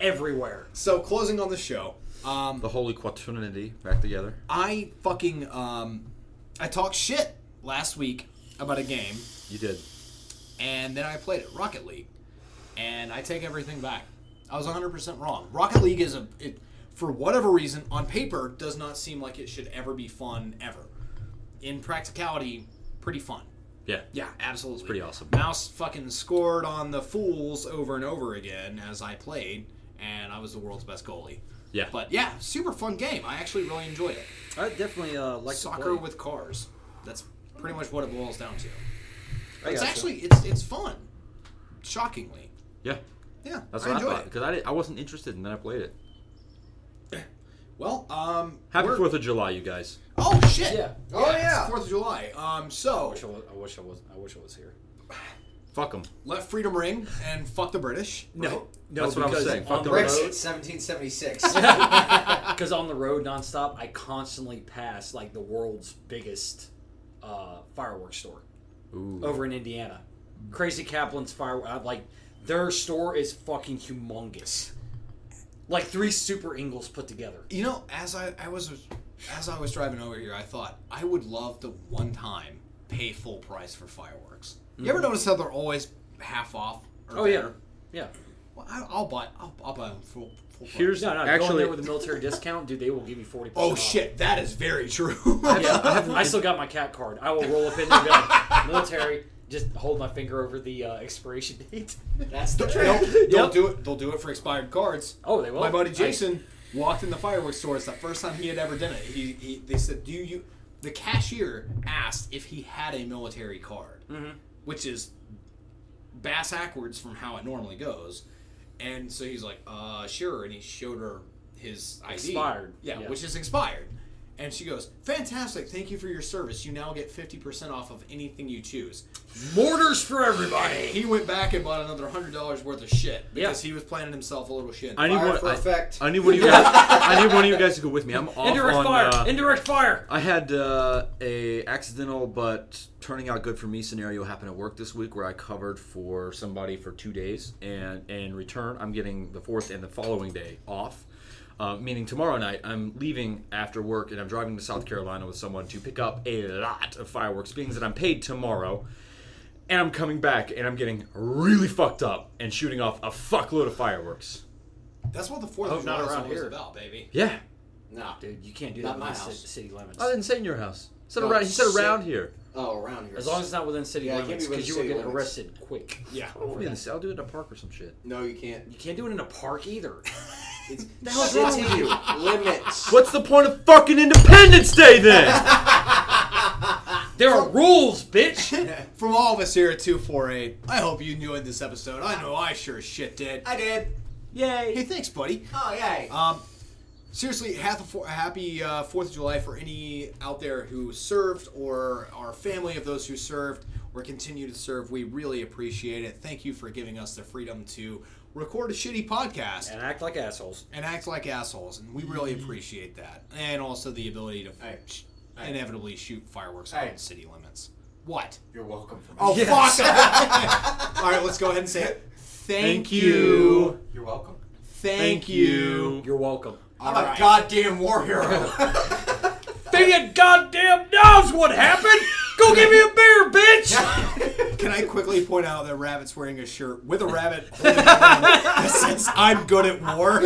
Speaker 3: everywhere.
Speaker 1: So closing on the show, um,
Speaker 2: The Holy Quaternity back together.
Speaker 1: I fucking um, I talked shit last week about a game,
Speaker 2: You did.
Speaker 1: and then I played it, Rocket League, and I take everything back. I was 100 percent wrong. Rocket League is a it, for whatever reason on paper does not seem like it should ever be fun ever. In practicality, pretty fun.
Speaker 2: Yeah.
Speaker 1: Yeah, absolutely. It's
Speaker 2: pretty awesome.
Speaker 1: Mouse fucking scored on the fools over and over again as I played, and I was the world's best goalie.
Speaker 2: Yeah.
Speaker 1: But yeah, super fun game. I actually really enjoyed it.
Speaker 3: I definitely uh, like
Speaker 1: Like
Speaker 3: to
Speaker 1: soccer
Speaker 3: play.
Speaker 1: with cars. That's pretty much what it boils down to.
Speaker 3: I
Speaker 1: It's
Speaker 3: gotcha.
Speaker 1: actually it's it's fun. Shockingly.
Speaker 2: Yeah.
Speaker 1: Yeah.
Speaker 2: That's
Speaker 1: I
Speaker 2: what I,
Speaker 1: enjoy
Speaker 2: thought
Speaker 1: it.
Speaker 2: because I, did- I wasn't interested and then I played it.
Speaker 1: Well, um
Speaker 2: Happy
Speaker 1: we're-
Speaker 2: Fourth of July, you guys.
Speaker 1: Oh shit.
Speaker 3: Yeah.
Speaker 4: Oh,
Speaker 1: it's
Speaker 4: yeah.
Speaker 1: Fourth of July. Um
Speaker 3: I
Speaker 1: so
Speaker 3: wish I was. I wish I was. I wish I was here.
Speaker 2: Fuck them.
Speaker 1: let freedom ring and fuck the British.
Speaker 3: No, no,
Speaker 2: That's what I'm
Speaker 3: because
Speaker 2: saying. Fuck
Speaker 3: On
Speaker 2: the
Speaker 3: the
Speaker 4: Brexit,
Speaker 3: [laughs] road,
Speaker 4: 1776.
Speaker 3: because on the road nonstop, I constantly pass like the world's biggest uh, fireworks store
Speaker 2: Ooh.
Speaker 3: over in Indiana. Crazy Kaplan's fireworks. Like their store is fucking humongous. Like three Super Ingles put together.
Speaker 1: You know, as I, I was as I was driving over here, I thought I would love to one time pay full price for fireworks. You
Speaker 2: Mm-hmm.
Speaker 1: ever notice how they're always half off? Or
Speaker 3: Oh yeah,
Speaker 1: better?
Speaker 3: yeah.
Speaker 1: Well, I, I'll buy. I'll, I'll buy them full. full price.
Speaker 2: Here's
Speaker 3: No, no. go in
Speaker 2: actually.
Speaker 3: there with a military discount, dude. They will give you forty.
Speaker 1: Oh shit, that is very true. [laughs]
Speaker 3: Yeah, I, have- [laughs] I still got my cat card. I will roll up in there and be like, [laughs] military. Just hold my finger over the uh, expiration date.
Speaker 4: That's the
Speaker 1: They'll,
Speaker 4: trick.
Speaker 1: they'll
Speaker 3: [laughs] Yep.
Speaker 1: do it. They'll do it for expired cards.
Speaker 3: Oh, they will.
Speaker 1: My buddy
Speaker 3: Nice.
Speaker 1: Jason walked in the fireworks store. It's the first time he had ever done it. He, he they said, "Do you?" The cashier asked if he had a military card,
Speaker 3: Mm-hmm.
Speaker 1: which is bass backwards from how it normally goes. And so he's like, "Uh, sure." And he showed her his ID,
Speaker 3: Expired.
Speaker 1: Yeah,
Speaker 3: Yeah.
Speaker 1: which is expired. And she goes, "Fantastic! Thank you for your service. You now get fifty percent off of anything you choose."
Speaker 3: Mortars for everybody.
Speaker 1: He went back and bought another hundred dollars worth of shit because he was planning himself a little shit.
Speaker 2: I need
Speaker 4: Fire
Speaker 2: one.
Speaker 4: for
Speaker 2: I,
Speaker 4: effect.
Speaker 2: I need one of you guys. I need one of you guys to go with me. I'm off
Speaker 3: Indirect
Speaker 2: on.
Speaker 3: fire!
Speaker 2: uh,
Speaker 3: Indirect fire!
Speaker 2: I had uh, a accidental but turning out good for me scenario happen at work this week where I covered for somebody for two days, and in return, I'm getting the fourth and the following day off. Uh, meaning tomorrow night, I'm leaving after work and I'm driving to South Carolina with someone to pick up a lot of fireworks, being that I'm paid tomorrow. And I'm coming back and I'm getting really fucked up and shooting off a fuckload of fireworks.
Speaker 1: That's what the Fourth
Speaker 3: Hope
Speaker 1: of
Speaker 3: not
Speaker 1: July is
Speaker 3: around
Speaker 1: always
Speaker 3: here.
Speaker 1: about, baby.
Speaker 2: Yeah.
Speaker 4: Nah.
Speaker 3: Dude, you can't do
Speaker 4: Not
Speaker 3: that
Speaker 4: my
Speaker 3: within
Speaker 4: house.
Speaker 3: ci- city limits.
Speaker 2: I didn't say in your house. Said
Speaker 4: No,
Speaker 2: around, he said
Speaker 4: sit-
Speaker 2: around here.
Speaker 4: Oh, around here.
Speaker 3: As long as it's not within city
Speaker 4: Yeah, it can't
Speaker 3: limits,
Speaker 4: be within
Speaker 3: because you will
Speaker 4: city
Speaker 3: get
Speaker 4: limits.
Speaker 3: arrested quick.
Speaker 1: Yeah.
Speaker 2: I'll do it in a park or some shit.
Speaker 4: No, you can't.
Speaker 3: You can't do it in a park either.
Speaker 5: It's
Speaker 3: the hell's wrong with
Speaker 5: city limits.
Speaker 2: What's the point of fucking Independence
Speaker 10: [laughs]
Speaker 2: Day then?
Speaker 3: There are rules, bitch.
Speaker 1: From all of us here at 248, I hope you enjoyed this episode. I know I sure as shit did.
Speaker 5: I did.
Speaker 1: Hey,
Speaker 3: Yay.
Speaker 1: thanks, buddy.
Speaker 5: Oh yay!
Speaker 1: Um, seriously, half a four, happy uh, Fourth of July for any out there who served or our family of those who served or continue to serve. We really appreciate it. Thank you for giving us the freedom to record a shitty podcast
Speaker 3: And act like assholes.
Speaker 1: and act like assholes, and we really appreciate that. And also the ability to
Speaker 5: Mm-hmm. Hey.
Speaker 1: sh-
Speaker 5: Hey.
Speaker 1: inevitably shoot fireworks out
Speaker 5: Hey.
Speaker 1: in city limits. What?
Speaker 5: You're welcome for me.
Speaker 1: Oh
Speaker 3: Yes.
Speaker 1: fuck! [laughs] All right, let's go ahead and say it. Thank,
Speaker 2: Thank
Speaker 1: you.
Speaker 2: you.
Speaker 5: You're welcome.
Speaker 1: Thank,
Speaker 3: You're welcome. [laughs]
Speaker 1: All
Speaker 5: I'm
Speaker 1: right.
Speaker 5: a goddamn war
Speaker 4: [laughs]
Speaker 5: hero.
Speaker 3: Being goddamn knows what happened. Go give me a beer, bitch.
Speaker 1: Can I quickly point out that Rabbit's wearing a shirt with a
Speaker 5: [laughs]
Speaker 1: rabbit holding a gun that says "I'm good at war"?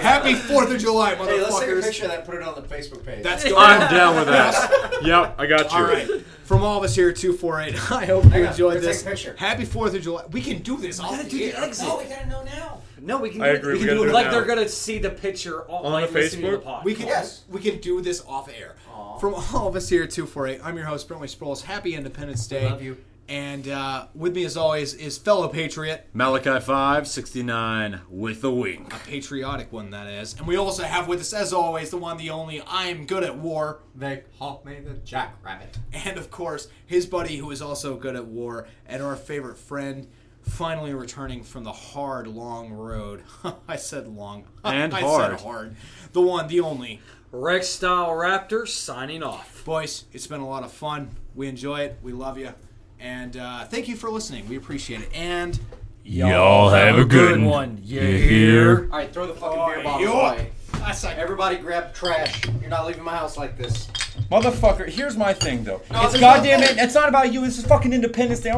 Speaker 1: Happy Fourth of July, motherfuckers!
Speaker 5: hey, let's take a picture of that and put it on the Facebook page.
Speaker 1: That's going
Speaker 2: I'm down
Speaker 10: [laughs]
Speaker 2: with that. Yep, I got you.
Speaker 1: All right, from all of us here at Two Four Eight. [laughs] I hope you
Speaker 5: Hang on,
Speaker 1: enjoyed
Speaker 5: we're gonna
Speaker 1: this.
Speaker 5: take a picture.
Speaker 1: Happy Fourth of July. We can do this. I'll
Speaker 3: gotta do the exit.
Speaker 5: Oh, we gotta know now.
Speaker 3: [laughs] No, we can.
Speaker 2: I
Speaker 3: do it-
Speaker 2: agree, we
Speaker 3: We can
Speaker 2: gotta
Speaker 3: do it
Speaker 2: do it
Speaker 3: like
Speaker 2: now.
Speaker 3: they're gonna see the picture on,
Speaker 2: On
Speaker 3: like
Speaker 2: the
Speaker 3: listening to the
Speaker 2: Facebook?
Speaker 3: pod.
Speaker 1: We can
Speaker 5: Yes.
Speaker 1: we can do this off air.
Speaker 5: Aw.
Speaker 1: From all of us here at 248, I'm your host, Brentley Sproles. Happy Independence Day.
Speaker 5: love you.
Speaker 1: And uh, with me, as always, is fellow patriot,
Speaker 10: Malachi 5, 69, with a wink.
Speaker 1: a patriotic one that is. And we also have with us, as always, the one, the only, I'm good at war,
Speaker 5: They call me the jackrabbit.
Speaker 1: and of course, his buddy who is also good at war, and our favorite friend, finally returning from the hard, long road. [laughs] I said long.
Speaker 10: And
Speaker 1: [laughs] I
Speaker 10: hard.
Speaker 1: said hard. The one, the only.
Speaker 3: Rex Style Raptor signing off.
Speaker 1: Boys, it's been a lot of fun. We enjoy it. We love you. And uh, thank you for listening. We appreciate it. And
Speaker 10: Y'all have a good one.
Speaker 3: You
Speaker 10: hear?
Speaker 5: All right, throw the fucking beer bottles
Speaker 1: Oh, yuck.
Speaker 5: away.
Speaker 1: I suck.
Speaker 5: Everybody, grab trash. You're not leaving my house like this.
Speaker 2: Motherfucker, here's my thing though.
Speaker 5: No,
Speaker 2: it's
Speaker 5: there's no
Speaker 2: goddamn
Speaker 5: thing.
Speaker 2: it. It's not about you. This is fucking Independence Day.